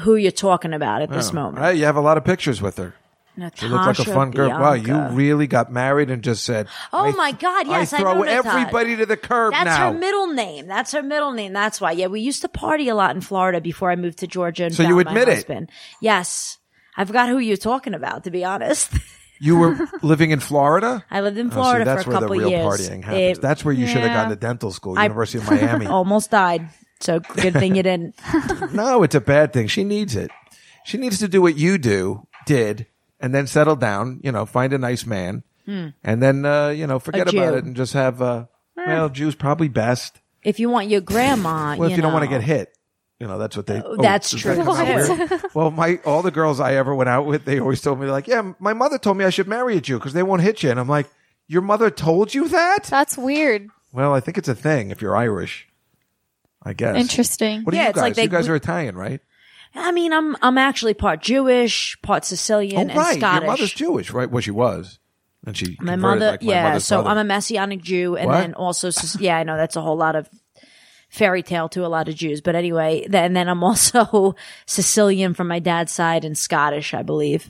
who you're talking about at this
Oh.
moment.
Hey, you have a lot of pictures with her.
Natasha
She looked like a fun girl. Wow,
Bianca.
you really got married and just said,
Oh
I-
my God! Yes, I,
I throw
know Natasha.
everybody to the curb
That's
now.
her middle name. That's her middle name. That's why. Yeah, we used to party a lot in Florida before I moved to Georgia. And
So you
found
admit
my
it?
husband. Yes, I forgot who you're talking about. To be honest,
you were living in Florida.
I lived in
Oh, see,
Florida
that's
for a
where
couple
the real
years.
partying happens.
It-
that's where you should have
yeah.
gone to dental school,
I- Oh.
University of Miami.
Almost died. So good thing you didn't.
no, it's a bad thing. She needs it. She needs to do what you do did, and then settle down. You know, find a nice man,
Hmm.
and then uh, you know forget
Jew.
about it and just have. Uh,
Eh.
well, Jews probably best.
If you want your grandma,
Well, if you, don't want to
know.
get hit, you know that's what they.
Oh, that's
does
true,
that come out
too.
weird? well, my all the girls I ever went out with, they always told me like, yeah, my mother told me I should marry a Jew because they won't hit you, and I'm like, your mother told you that?
That's weird.
Well, I think it's a thing if you're Irish. I guess
Interesting.
What are
Yeah,
you
it's
guys?
like they-
you guys are Italian, right?
I mean, I'm I'm actually part Jewish, part Sicilian,
oh, right.
and Scottish.
Your mother's Jewish, right? Well, she was, and she
my
converted,
mother,
like, my
yeah.
mother's
So
mother.
I'm a Messianic Jew, and
What?
then also, s- yeah, I know that's a whole lot of fairy tale to a lot of Jews. But anyway, th- and then I'm also Sicilian from my dad's side and Scottish, I believe.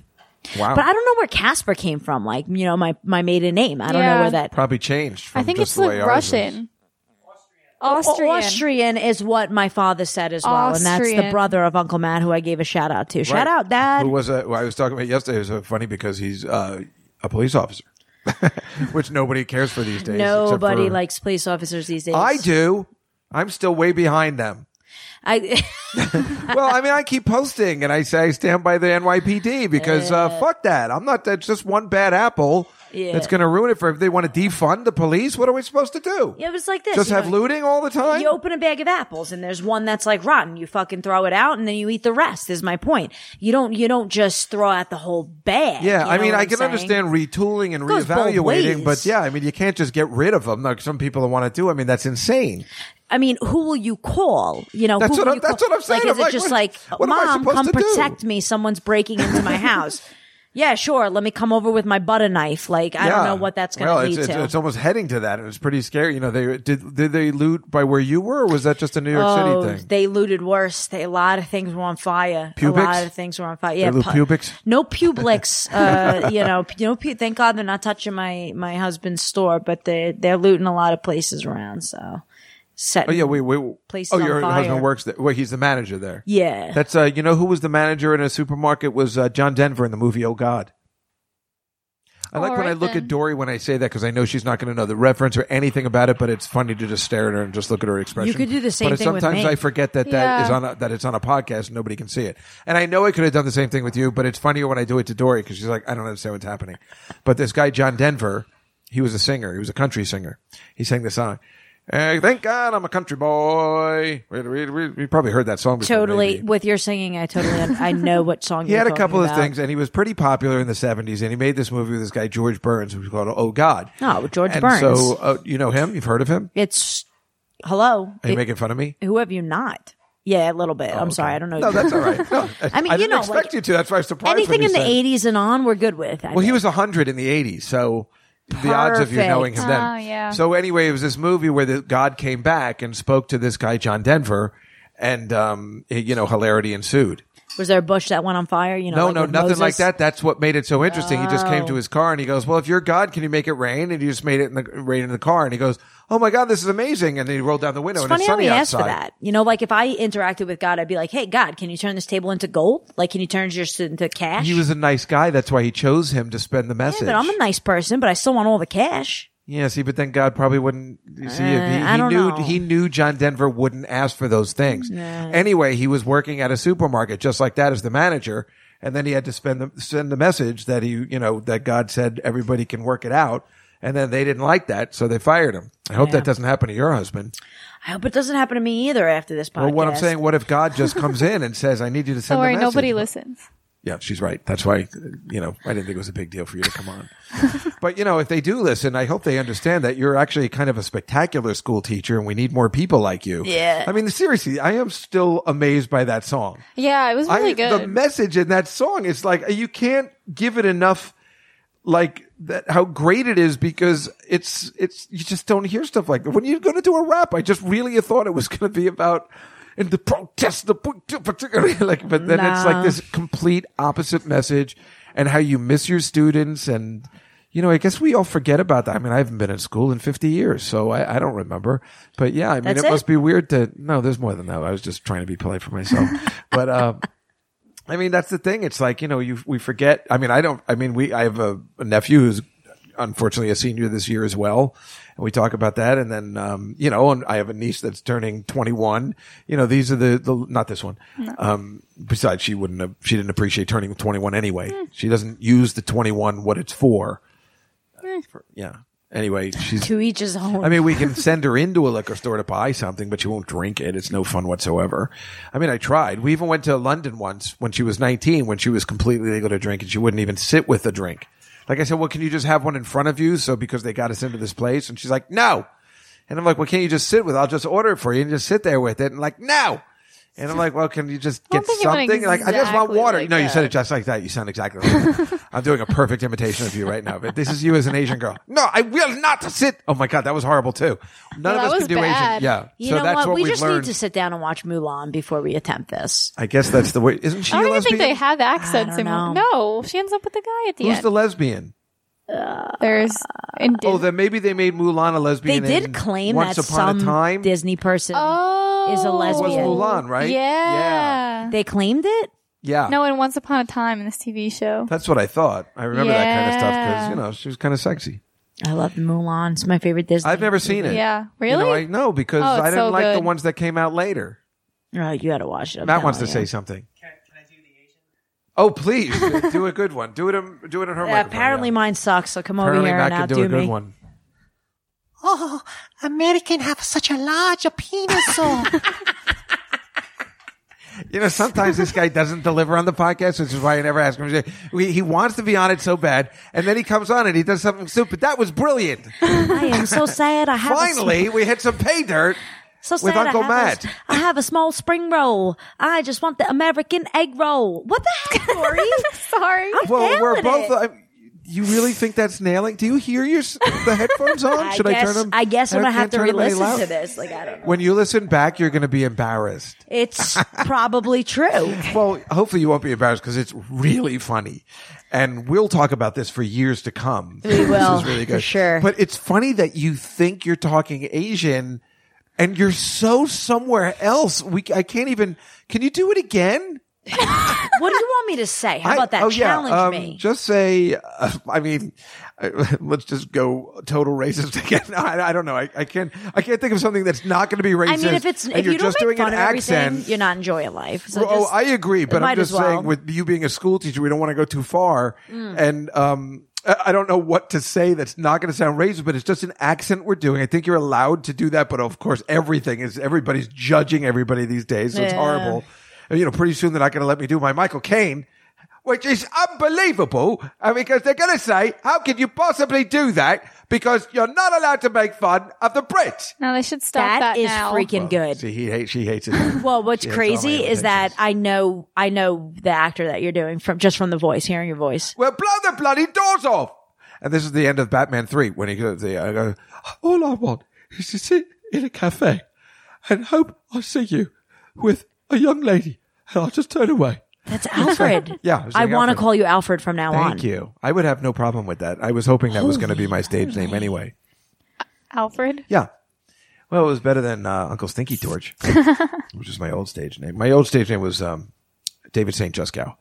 wow.
But I don't know where Casper came from. Like you know, my my maiden name. I don't know
Yeah.
where that.
probably changed. From
I think
just
it's
the way
like
ours is. Oh,
Russian.
Austrian.
Austrian.
Austrian is what my father said as well, and that's the
Austrian.
brother of Uncle Matt, who I gave a shout out to. Shout
Right.
out, Dad.
Who was a, who I was talking about yesterday? It was so funny because he's uh, a police officer, which nobody cares for these days. except
Nobody
for-
likes police officers these days.
I do. I'm still way behind them.
I
well, I mean, I keep posting and I say I stand by the NYPD because uh, fuck that. I'm not. That's just one bad apple.
Yeah.
That's going to ruin it for. If they want to defund the police, what are we supposed to do?
Yeah, it was like this.
Just
you
have
know,
looting all the time.
You open a bag of apples and there's one that's like rotten. You fucking throw it out and then you eat the rest. Is my point. You don't. You don't just throw out the whole bag.
Yeah,
you
I
know
mean,
what
I
I'm
can
saying?
understand retooling and
Goes both
reevaluating,
ways.
but yeah, I mean, you can't just get rid of them like some people want to do. I mean, that's insane.
I mean, who will you call? You know,
That's
who
what
will
I'm-
you
that's
call?
what I'm saying.
Like, is
I'm
it
like,
just
what-
like,
what am I
mom,
supposed
come
to do?"
protect me? Someone's breaking into my house. yeah, sure. Let me come over with my butter knife. Like, I don't
Yeah.
know what that's going to
well,
lead
it's, it's,
to.
it's almost heading to that, and it's pretty scary. You know, they did did they loot by where you were, or was that just a New York
oh,
City thing?
they looted worse. They, a lot of things were on fire.
Pubics?
A lot of things were on fire.
They
Yeah,
loot
pu-
pubics?
No Publix. Uh, you know, p- you know. pu- Thank God they're not touching my my husband's store, but they they're looting a lot of places around. So, set.
Oh yeah, wait, wait.
Places
Oh, your
on fire.
husband works there. Well, he's the manager there.
Yeah.
that's uh, you know who was the manager in a supermarket was uh, John Denver in the movie Oh God. I like
All
when I
right,
look
then.
at Dory when I say that because I know she's not going to know the reference or anything about it, but it's funny to just stare at her and just look at her expression.
could do the same
but
thing with
sometimes
me.
I forget that that
Yeah.
is on a, that it's on a podcast and nobody can see it. And I know I could have done the same thing with you, but it's funnier when I do it to Dory because she's like, I don't understand what's happening. But this guy John Denver, he was a singer. He was a country singer. He sang the song. Hey, thank God I'm a country boy. We, we, we, we probably heard that song before.
totally
maybe.
with your singing. I totally I know what song
He
you're
had a
talking
couple of
about.
things, and he was pretty popular in the 70s, and he made this movie with this guy, George Burns, who was called Oh God.
No, George
and
Burns.
So, uh, you know him? You've heard of him?
It's hello.
Are you
It-
making fun of me?
who have you not? Yeah, a little bit. I'm sorry. I don't know.
Oh, No, that's all right. No,
I mean, you
didn't
know,
expect you to. That's why I was surprised. when
anything
you
in the
said-
80s and on, we're good with. I
Well, he was 100 in the 80s, so the odds of you
Perfect.
knowing him then.
Oh, yeah.
So anyway, it was this movie where the God came back and spoke to this guy John Denver, and um, it- you know, hilarity ensued.
Was there a bush that went on fire? You know,
no,
like
no,
with
nothing like
Moses?
that. That's what made it so interesting. He just came
Oh.
to his car and he goes, "Well, if you're God, can you make it rain?" And he just made it in the rain in the car, and he goes, "Oh my God, this is amazing!" And then he rolled down the window
It's
and it's
funny how
sunny
we asked
outside.
for that. You know, like if I interacted with God, I'd be like, "Hey, God, can you turn this table into gold? Like, can you turn yours into cash?"
He was a nice guy. That's why he chose him to spread the message.
yeah, but I'm a nice person, but I still want all the cash.
Yeah, see, but then God probably wouldn't you see if he,
Uh, I
he
don't
knew
know.
he knew John Denver wouldn't ask for those things. Anyway, he was working at a supermarket just like that as the manager, and then he had to spend the, send the message that he you know that God said everybody can work it out, and then they didn't like that, so they fired him. I hope
Yeah.
that doesn't happen to your husband.
I hope it doesn't happen to me either after this podcast.
Well, what I'm saying, what if God just comes in and says, "I need you to
Don't
send
worry,
the message"?
nobody listens.
Yeah, she's right. That's why, you know, I didn't think it was a big deal for you to come on. but, you know, if they do listen, I hope they understand that you're actually kind of a spectacular school teacher and we need more people like you.
Yeah.
I mean, seriously, I am still amazed by that song.
Yeah, it was really
I,
good.
The message in that song is like, you can't give it enough, like, that, how great it is because it's, it's, you just don't hear stuff like that. When you're going to do a rap, I just really thought it was going to be about, and the protest, the point, particularly like, but then it's
Nah.
like this complete opposite message and how you miss your students and you know i guess we all forget about that i mean i haven't been in school in 50 years so i, I don't remember but yeah i mean
That's
it,
it?
must be weird to no there's more than that i was just trying to be polite for myself but uh, i mean that's the thing it's like you know you we forget i mean i don't i mean we i have a, a nephew who's unfortunately a senior this year as well and we talk about that and then um, you know and i have a niece that's turning 21 you know these are the, the not this one
No.
um, besides, she wouldn't have, she didn't appreciate turning 21 anyway. She doesn't use the 21 what it's for. Yeah. Anyway, she's.
to each his own.
I mean, we can send her into a liquor store to buy something, but she won't drink it. It's no fun whatsoever. I mean, I tried. We even went to London once when she was 19, when she was completely legal to drink, and she wouldn't even sit with a drink. Like I said, well, can you just have one in front of you? So because they got us into this place, and she's like, no. And I'm like, well, can't you just sit with? it? I'll just order it for you and just sit there with it. And like, no. And I'm like, well, can you just get
think it went
something? like, I just want
exactly
water.
like
no, you said
that.
it just like that. You sound exactly like that. I'm doing a perfect imitation of you right now. But this is you as an Asian girl. No, I will not sit. Oh my God, that was horrible too. None
Well,
of
that
us
was
can do
bad.
Asian. Yeah.
You
so
know
that's
what?
what,
we
we've
just
learned.
need to sit down and watch Mulan before we attempt this.
I guess that's the way. Isn't she
I
a
don't even
lesbian?
think they have accents anymore. No, she ends up with the guy at the
Who's
end.
the lesbian?
There's
oh, then maybe they made Mulan a
They
lesbian. in
did claim
Once
that
upon
some
a time.
Disney person
Oh.
is a
was
lesbian.
Mulan, right?
yeah.
They claimed it.
Yeah.
No, and Once Upon a Time in this TV show.
That's what I thought. I remember that kind of stuff because
Yeah.
you know she was kind of sexy.
I love Mulan. It's my favorite Disney.
I've never seen it.
Yeah.
You know,
Really?
I know because
Oh, it's
I didn't
so
like the
good.
ones that came out later.
Oh, you gotta watch it. I'm
Matt wants to
telling
say
you.
something. Oh, please do a good one. Do it. in- Do it in her.
Uh,
microphone,
apparently, mine sucks. So come
yeah. apparently
over here
Matt
and
can
outdo
do a good
me.
one.
Oh, American have such a large penis. oh.
You know, sometimes this guy doesn't deliver on the podcast, which is why I never ask him. to do it. We- He wants to be on it so bad, and then he comes on and he does something stupid. That was brilliant.
I am so sad. I have
Finally,
A,
we hit some pay dirt
so
with
sad I
Uncle
have
Matt.
A, I have a small spring roll. I just want the American egg roll. What the heck, Corey?
Sorry.
I'm
well, we're
nailing
both. uh,
it.
I- you really think that's nailing? Do you hear your s- the headphones on?
I
Should I
guess,
turn them?
I guess I'm
don't-
gonna have
can't
to
turn them any
re-listen to
loud.
this. Like I don't know.
When you listen back, you're going to be embarrassed.
It's probably true.
Well, hopefully you won't be embarrassed because it's really funny, and we'll talk about this for years to come.
We will,
this is really
for
good.
sure.
But it's funny that you think you're talking Asian, and you're so somewhere else. We I can't even. Can you do it again?
What do you want me to say? How
I-
about that?
oh,
Challenge
yeah, um,
me.
Just say. Uh, I mean, I- let's just go total racist again. No, I, I don't know. I, I can't. I can't think of something that's not going to be racist.
I mean, if it's
and
if
you're
you don't
just
make
doing
fun
an
of
accent,
everything, you're not enjoying life. So
well,
just-
oh, I agree, but
might
I'm just
as well.
saying with you being a school teacher, we don't want to go too far.
Mm.
And um, I I don't know what to say that's not going to sound racist, but it's just an accent we're doing. I think you're allowed to do that, but of course, everything is everybody's judging everybody these days, so it's
Yeah.
horrible. And, you know, pretty soon they're not going to let me do my Michael Caine, which is unbelievable. And because they're going to say, "How could you possibly do that?" Because you're not allowed to make fun of the Brits.
No, they should stop
That
that,
is
now.
freaking good.
See, he hates. She hates it.
Well, what's
She hates all my
crazy is that I know I know the actor that you're doing from just from the voice, hearing your voice.
Well, blow the bloody doors off. And this is the end of Batman 3 when he goes, the, I go, All I want is to sit in a cafe and hope I see you with a young lady and I'll just turn away.
That's Alfred.
Yeah. was
I
doing
want to
Alfred.
call you Alfred from now on.
Thank you. I would have no problem with that. I was hoping that was going to be my stage name anyway.
Alfred.
Yeah. Well, it was better than uh, Uncle Stinky Torch, which is my old stage name. My old stage name was um, David St. Juskow,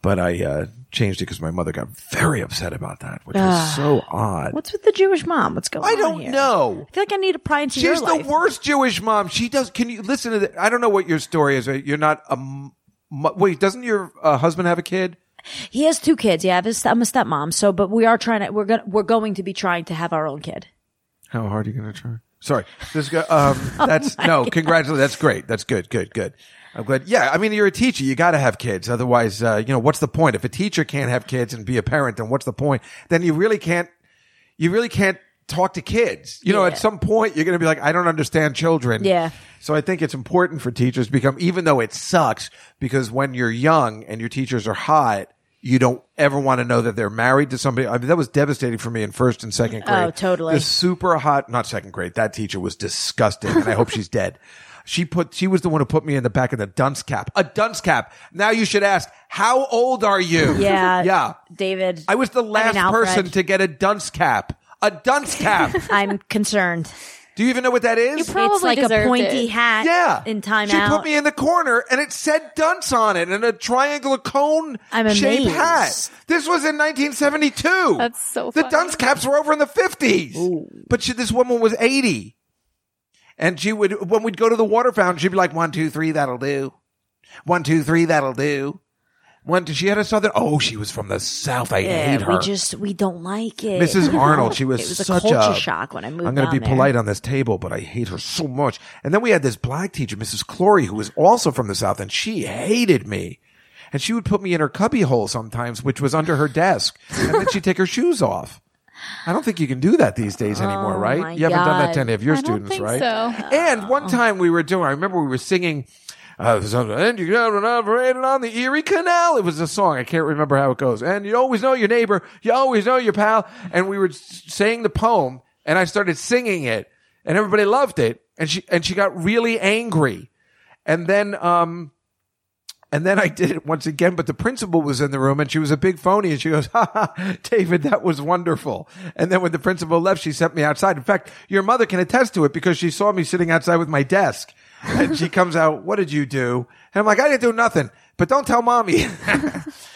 but I uh, changed it because my mother got very upset about that, which
Ah.
was so odd.
What's with the Jewish mom? What's going on?
I don't
here?
know.
I feel like I need to pry into
She's
your
the
life.
worst Jewish mom. She does. Can you listen to that? I don't know what your story is. You're not a. m- mu- Wait, doesn't your uh, husband have a kid?
He has two kids. Yeah, I have a st- I'm a stepmom. So, but we are trying to. We're gonna. We're going to be trying to have our own kid.
How hard are you going to try? Sorry, this guy. Um,
Oh
that's no. Congratulations. That's great. That's good. Good. Good. I'm glad. Yeah, I mean, you're a teacher. You got to have kids. Otherwise, uh, you know, what's the point? If a teacher can't have kids and be a parent, then what's the point? Then you really can't. You really can't talk to kids. You know,
Yeah.
at some point, you're going to be like, I don't understand children.
Yeah.
So I think it's important for teachers to become, even though it sucks, because when you're young and your teachers are hot, you don't ever want to know that they're married to somebody. I mean, that was devastating for me in first and second
Oh,
grade.
totally.
This super hot, not second grade. That teacher was disgusting, and I hope she's dead. She put, she was the one who put me in the back of the dunce cap. A dunce cap. Now you should ask, how old are you?
Yeah.
yeah.
David.
I was the
mean,
last
Alfred.
person to get a dunce cap. A dunce cap.
I'm concerned.
Do you even know what that is?
it's like a pointy hat.
Yeah.
In timeout.
She put me in the corner and it said dunce on it and a triangular cone
I'm
shaped
amazed.
hat. This was in 1972. That's so The dunce caps were over in the 50s. But she, this woman was 80. And she would, when we'd go to the water fountain, she'd be like, one, two, three, that'll do. One, two, three, that'll do. One, two, she had a southern, oh, she was from the South. I
yeah,
hate her.
We just we don't like it.
Mrs. Arnold, she was,
it was
such
a culture
a
shock when I moved.
I'm going to be
down there.
polite on this table, but I hate her so much. And then we had this black teacher, Mrs. Clory, who was also from the South, and she hated me. And she would put me in her cubbyhole sometimes, which was under her desk, and then she'd take her shoes off. I don't think you can do that these days anymore,
Oh,
right?
my
you haven't done that to
God.
any of your
I don't
students,
think
right?
so. Oh.
And one time we were doing, I remember we were singing, uh, something, and you know, and operated on the Erie Canal. It was a song. I can't remember how it goes. And you always know your neighbor. You always know your pal. And we were s- saying the poem and I started singing it and everybody loved it. And she, and she got really angry. And then, um, and then I did it once again, but the principal was in the room and she was a big phony and she goes, ha, ha, David, that was wonderful. And then when the principal left, she sent me outside. In fact, your mother can attest to it because she saw me sitting outside with my desk and she comes out, what did you do? And I'm like, I didn't do nothing, but don't tell mommy.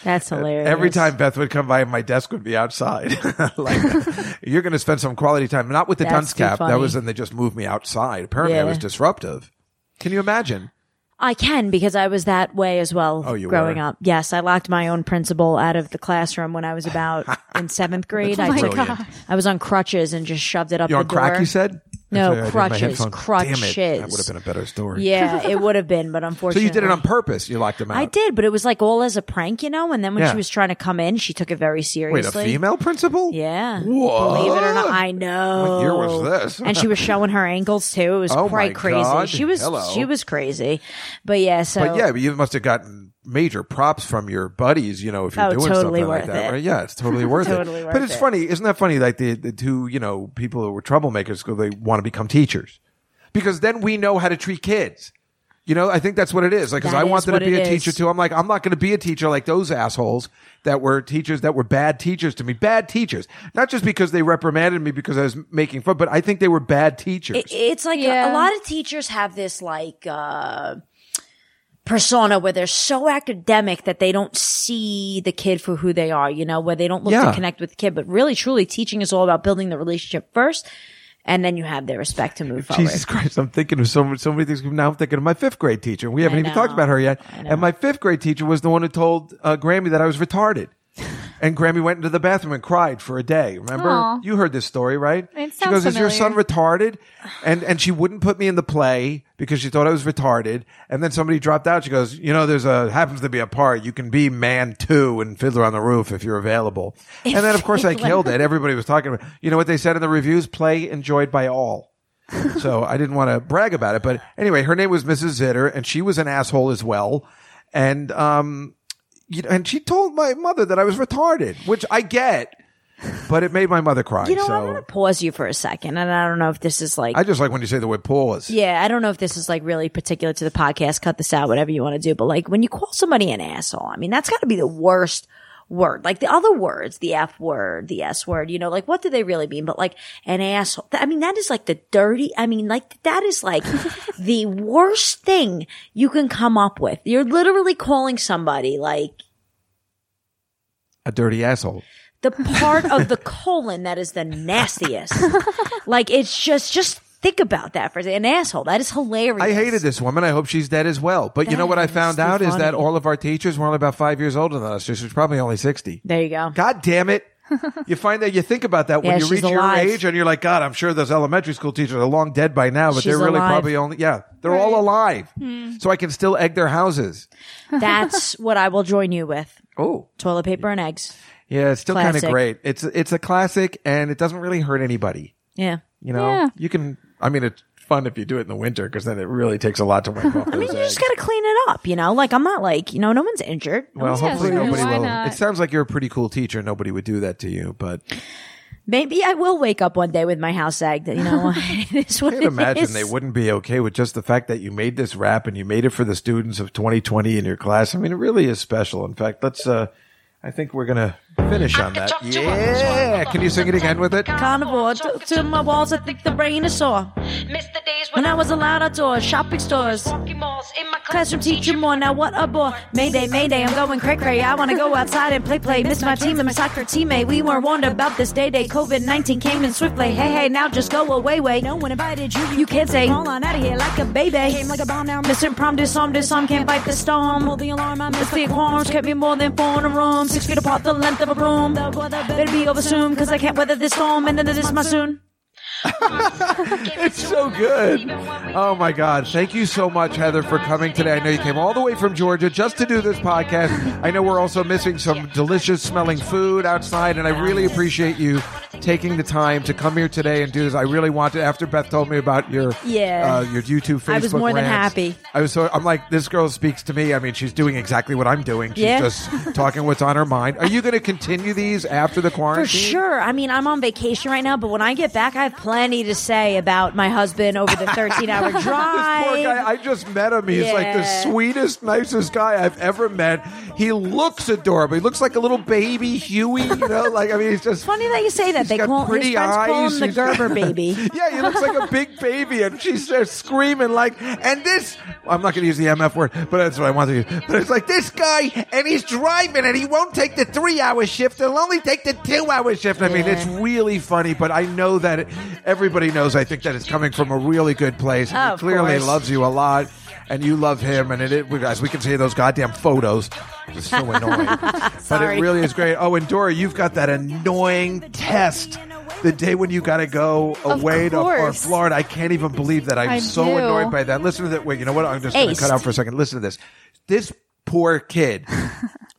That's hilarious.
E-, Every time Beth would come by, my desk would be outside. like, you're going to spend some quality time, not with the
That's
dunce
too
cap. That
funny.
was when they just moved me outside. Apparently, I
Yeah.
was disruptive. Can you imagine?
I can because I was that way as well
Oh, you
growing
were?
up. Yes, I locked my own principal out of the classroom when I was about in seventh grade.
That's
I took,
brilliant.
I was on crutches and just shoved it up
You're on
the
crack,
door.
you said?
No,
That's why I did my
crutches,
headphone. Damn
crutches.
it. That would have been a better story.
Yeah, it would have been, but
so
unfortunately,
you did it on purpose. You locked him out.
I did, but it was like all as a prank, you know. And then when
Yeah.
she was trying to come in, she took it very
Wait, a
seriously.
female principal?
Yeah.
What?
Believe it or not, I know.
What year was this?
and she was showing her ankles too. It was
Oh, my
quite crazy.
God.
She was
Hello.
she was crazy. But yeah, so
but yeah, but you must have gotten major props from your buddies, you know, if you're
Oh,
doing
totally
something like
worth
that,
it.
right? Yeah, it's totally worth
Totally
it.
worth
but it's
it.
funny, isn't that funny? Like the, the two, you know, people who were troublemakers because they want to become teachers, because then we know how to treat kids. You know, I think that's what it is. Like, because
That
I
is
wanted to
what
be a
it
teacher
is.
too. I'm like, I'm not going to be a teacher like those assholes that were teachers that were bad teachers to me. Bad teachers, not just because they reprimanded me because I was making fun, but I think they were bad teachers.
It- it's like a- a,
Yeah.
lot of teachers have this like uh, persona where they're so academic that they don't see the kid for who they are. You know, where they don't look
Yeah.
to connect with the kid. But really, truly, teaching is all about building the relationship first, and then you have their respect to move forward.
Jesus Christ, I'm thinking of so, so many things. Now I'm thinking of my fifth grade teacher. We haven't
I
even
know.
talked about her yet. And my fifth grade teacher was the one who told uh, Grammy that I was retarded. And Grammy went into the bathroom and cried for a day. Remember?
Aw.
You heard this story, right?
It
she
sounds
goes, "Is your son
familiar."
retarded?" And and she wouldn't put me in the play because she thought I was retarded. And then somebody dropped out. She goes, "You know, there's a happens to be a part. You can be Man Two and Fiddler on the Roof if you're available." And then of course I
Fiddler.
killed it. Everybody was talking about. You know what they said in the reviews? Play enjoyed by all. so I didn't want to brag about it, but anyway, her name was Mrs. Zitter, and she was an asshole as well. And um, you know, and she told my mother that I was retarded, which I get, but it made my mother cry.
You know,
so
I want to pause you for a second, and I don't know if this is like.
I just like when you say the word pause.
yeah, I don't know if this is like really particular to the podcast. Cut this out, whatever you want to do. But like when you call somebody an asshole, I mean, that's got to be the worst word. Like the other words, the F word, the S word, you know, like what do they really mean? But like an asshole, th- I mean, that is like the dirty, I mean, like that is like the worst thing you can come up with. You're literally calling somebody like,
A dirty asshole.
the part of the colon that is the nastiest. like it's just just think about that for a second. an asshole. That is hilarious.
I hated this woman. I hope she's dead as well. But you know what I found
too
out is
funny.
that all of our teachers were only about five years older than us. So She was probably only 60.
There you go.
God damn it. You find that you think about that
Yeah,
when you
she's
reach
alive.
your age and you're like, God, I'm sure those elementary school teachers are long dead by now, but
She's
they're really
alive.
probably only, yeah, they're all alive.
Hmm.
So I can still egg their houses.
That's what I will join you with.
Oh.
Toilet paper and eggs.
Yeah, it's still kind of
Classic.
great. It's, it's a classic and it doesn't really hurt anybody.
Yeah.
You know,
Yeah.
you can, I mean, it's fun if you do it in the winter because then it really takes a lot to wipe off.
I mean,
those
you
eggs.
just got to clean it up, you know? Like, I'm not like, you know, no one's injured. No
Well,
one's
hopefully
injured.
nobody will. It sounds like you're a pretty cool teacher. Nobody would do that to you, but
Maybe I will wake up one day with my house egged, you know? it is what
I can imagine
it is.
they wouldn't be okay with just the fact that you made this rap and you made it for the students of 2020 in your class. I mean, it really is special. In fact, let's. uh I think we're gonna finish on that. Yeah. Can you sing it again with it?
Carnivore to, to my walls, I think the brain is sore. When I was allowed outdoors, shopping stores, classroom teacher more. Now what a bore! Mayday, mayday, I'm going cray cray. I want to go outside and play play. Miss my team and my soccer teammate. We weren't warned about this day day. COVID nineteen came in swiftly. Hey hey, now just go away way. No one invited you. You can't say crawl on out of here like a baby. Came like a bomb now. Mr. Prom disarm disarm can't fight the storm. Pull the alarm. I missed the alarms. Kept me more than four in a room. Six feet apart, the length of a room. Better be over soon, cause I can't weather this storm. And then this is my soon.
It's so good. Oh my God. Thank you so much, Heather, for coming today. I know you came all the way from Georgia just to do this podcast. I know we're also missing some delicious smelling food outside, and I really appreciate you taking the time to come here today and do this. I really want to. After Beth told me about your
Yeah.
uh, your YouTube, Facebook
I was more than
rants,
happy.
I was so I'm like this girl speaks to me. I mean, she's doing exactly what I'm doing. She's
Yeah.
just talking what's on her mind. Are you going to continue these after the quarantine?
For sure. I mean, I'm on vacation right now, but when I get back, I have plenty to say about my husband over the 13 hour
This poor guy,
drive.
I just met him. He's like the
Yeah.
sweetest, nicest guy I've ever met. He looks adorable. He looks like a little baby Huey, you know? Like, I mean, he's just.
Funny that you say that. They
got
call his
pretty
friends call him
eyes.
the
He's-
Gerber baby.
yeah, he looks like a big baby, and she's there screaming like, and this. I'm not going to use the MF word, but that's what I want to use. But it's like this guy, and he's driving, and he won't take the three-hour shift. He'll only take the two-hour shift. I mean, it's really funny, but I know that it, everybody knows. I think that it's coming from a really good place. and
Oh,
he
of
clearly
course.
loves you a lot. And you love him, and it, it we- as we can see those goddamn photos, it's so annoying. But
Sorry.
it really is great. Oh, and Dora, you've got that annoying test the day when you got to go
Of
away to or
course.
Florida. I can't even believe that. I'm
I
so
do.
annoyed by that. Listen to that. Wait, you know what? I'm just going to cut
Aced.
out for a second. Listen to this. This poor kid,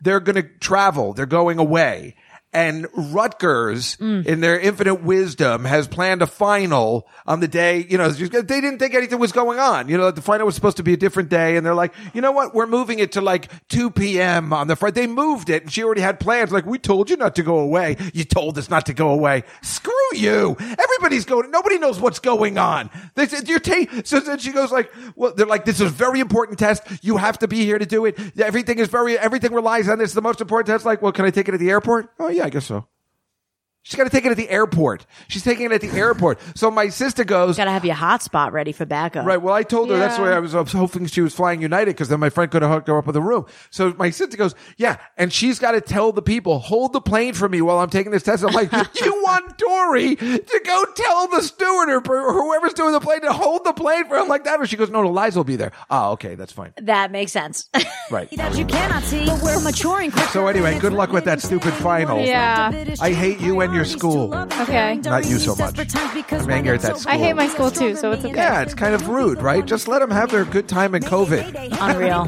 they're going to travel, they're going away. And Rutgers, in their infinite wisdom, has planned a final on the day, you know, they didn't think anything was going on. You know, the final was supposed to be a different day. And they're like, you know what? We're moving it to like 2 p.m. on the Friday. They moved it and she already had plans. Like, we told you not to go away. You told us not to go away. Screw you. Everybody's going, nobody knows what's going on. They said, you're ta- so then she goes like, well, they're like, this is a very important test. You have to be here to do it. Everything is very, everything relies on this. The most important test. Like, well, can I take it at the airport? Oh yeah, I guess so. She's got to take it at the airport. She's taking it at the airport. So my sister goes.
Gotta have your hotspot ready for backup.
Right. Well, I told her that's
Yeah.
why I was, I was hoping she was flying United because then my friend could have hooked her up with a room. So my sister goes, yeah, and she's got to tell the people, hold the plane for me while I'm taking this test. I'm like, you want Dory to go tell the steward or, or whoever's doing the plane to hold the plane for him like that? And she goes, no, no, Liza will be there. Oh, okay, that's fine.
That makes sense.
Right.
that you cannot see, but we're maturing quick.
So anyway, good luck with that stupid final.
Yeah.
I hate you and your school.
Okay.
Not you so much. I'm angry at that school.
I hate my school too, so it's okay.
Yeah, it's kind of rude, right? Just let them have their good time in COVID.
Unreal.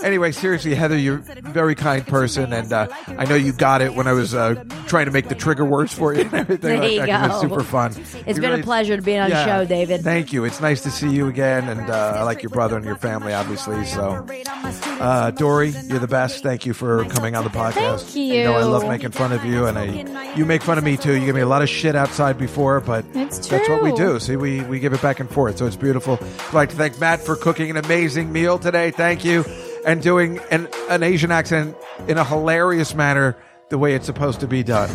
anyway, seriously, Heather, you're a very kind person, and uh, I know you got it when I was uh, trying to make the trigger words for you and everything.
There
like
you
that, 'cause It's
go.
super fun.
It's
We
been
really-
a pleasure to be on
Yeah.
the show, David.
Thank you. It's nice to see you again, and uh, I like your brother and your family, obviously. So, uh, Dory, you're the best. Thank you for coming on the podcast.
Thank
You know I
you.
love making fun of you, and I you make fun of me too. You give me a lot of shit outside before, but
It's
that's what we
true.
do. See, we we give it back and forth, so it's beautiful. I'd like to thank Matt for cooking an amazing meal today. Thank you, and doing an an Asian accent in a hilarious manner, the way it's supposed to be done.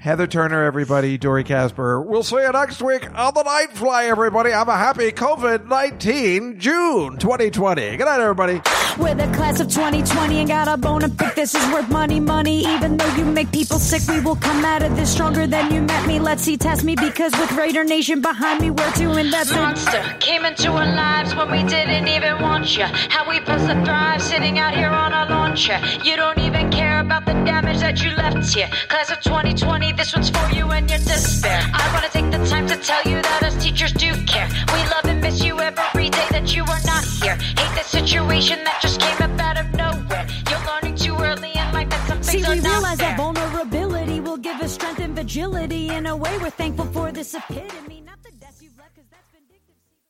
Heather Turner, everybody, Dory Casper. We'll see you next week on the Night Fly, everybody. Have a happy COVID 19 June 2020. Good night, everybody.
We're the class of 2020 and got a bone to pick. This is worth money, money. Even though you make people sick, we will come out of this stronger than you met me. Let's see, test me because with Raider Nation behind me, we're doing that.
monster came into our lives when we didn't even want you. How we supposed to thrive sitting out here on our lawn chair. You don't even care about the damage that you left here. Class of 2020, this one's for you and your despair. I wanna take the time to tell you that us teachers do care. We love and miss you every day that you are not here. Hate the situation that just came up out of nowhere. You're learning too early in life that some
See,
things
we
are not
realize
fair.
that vulnerability will give us strength and vigility. In a way, we're thankful for this epitome.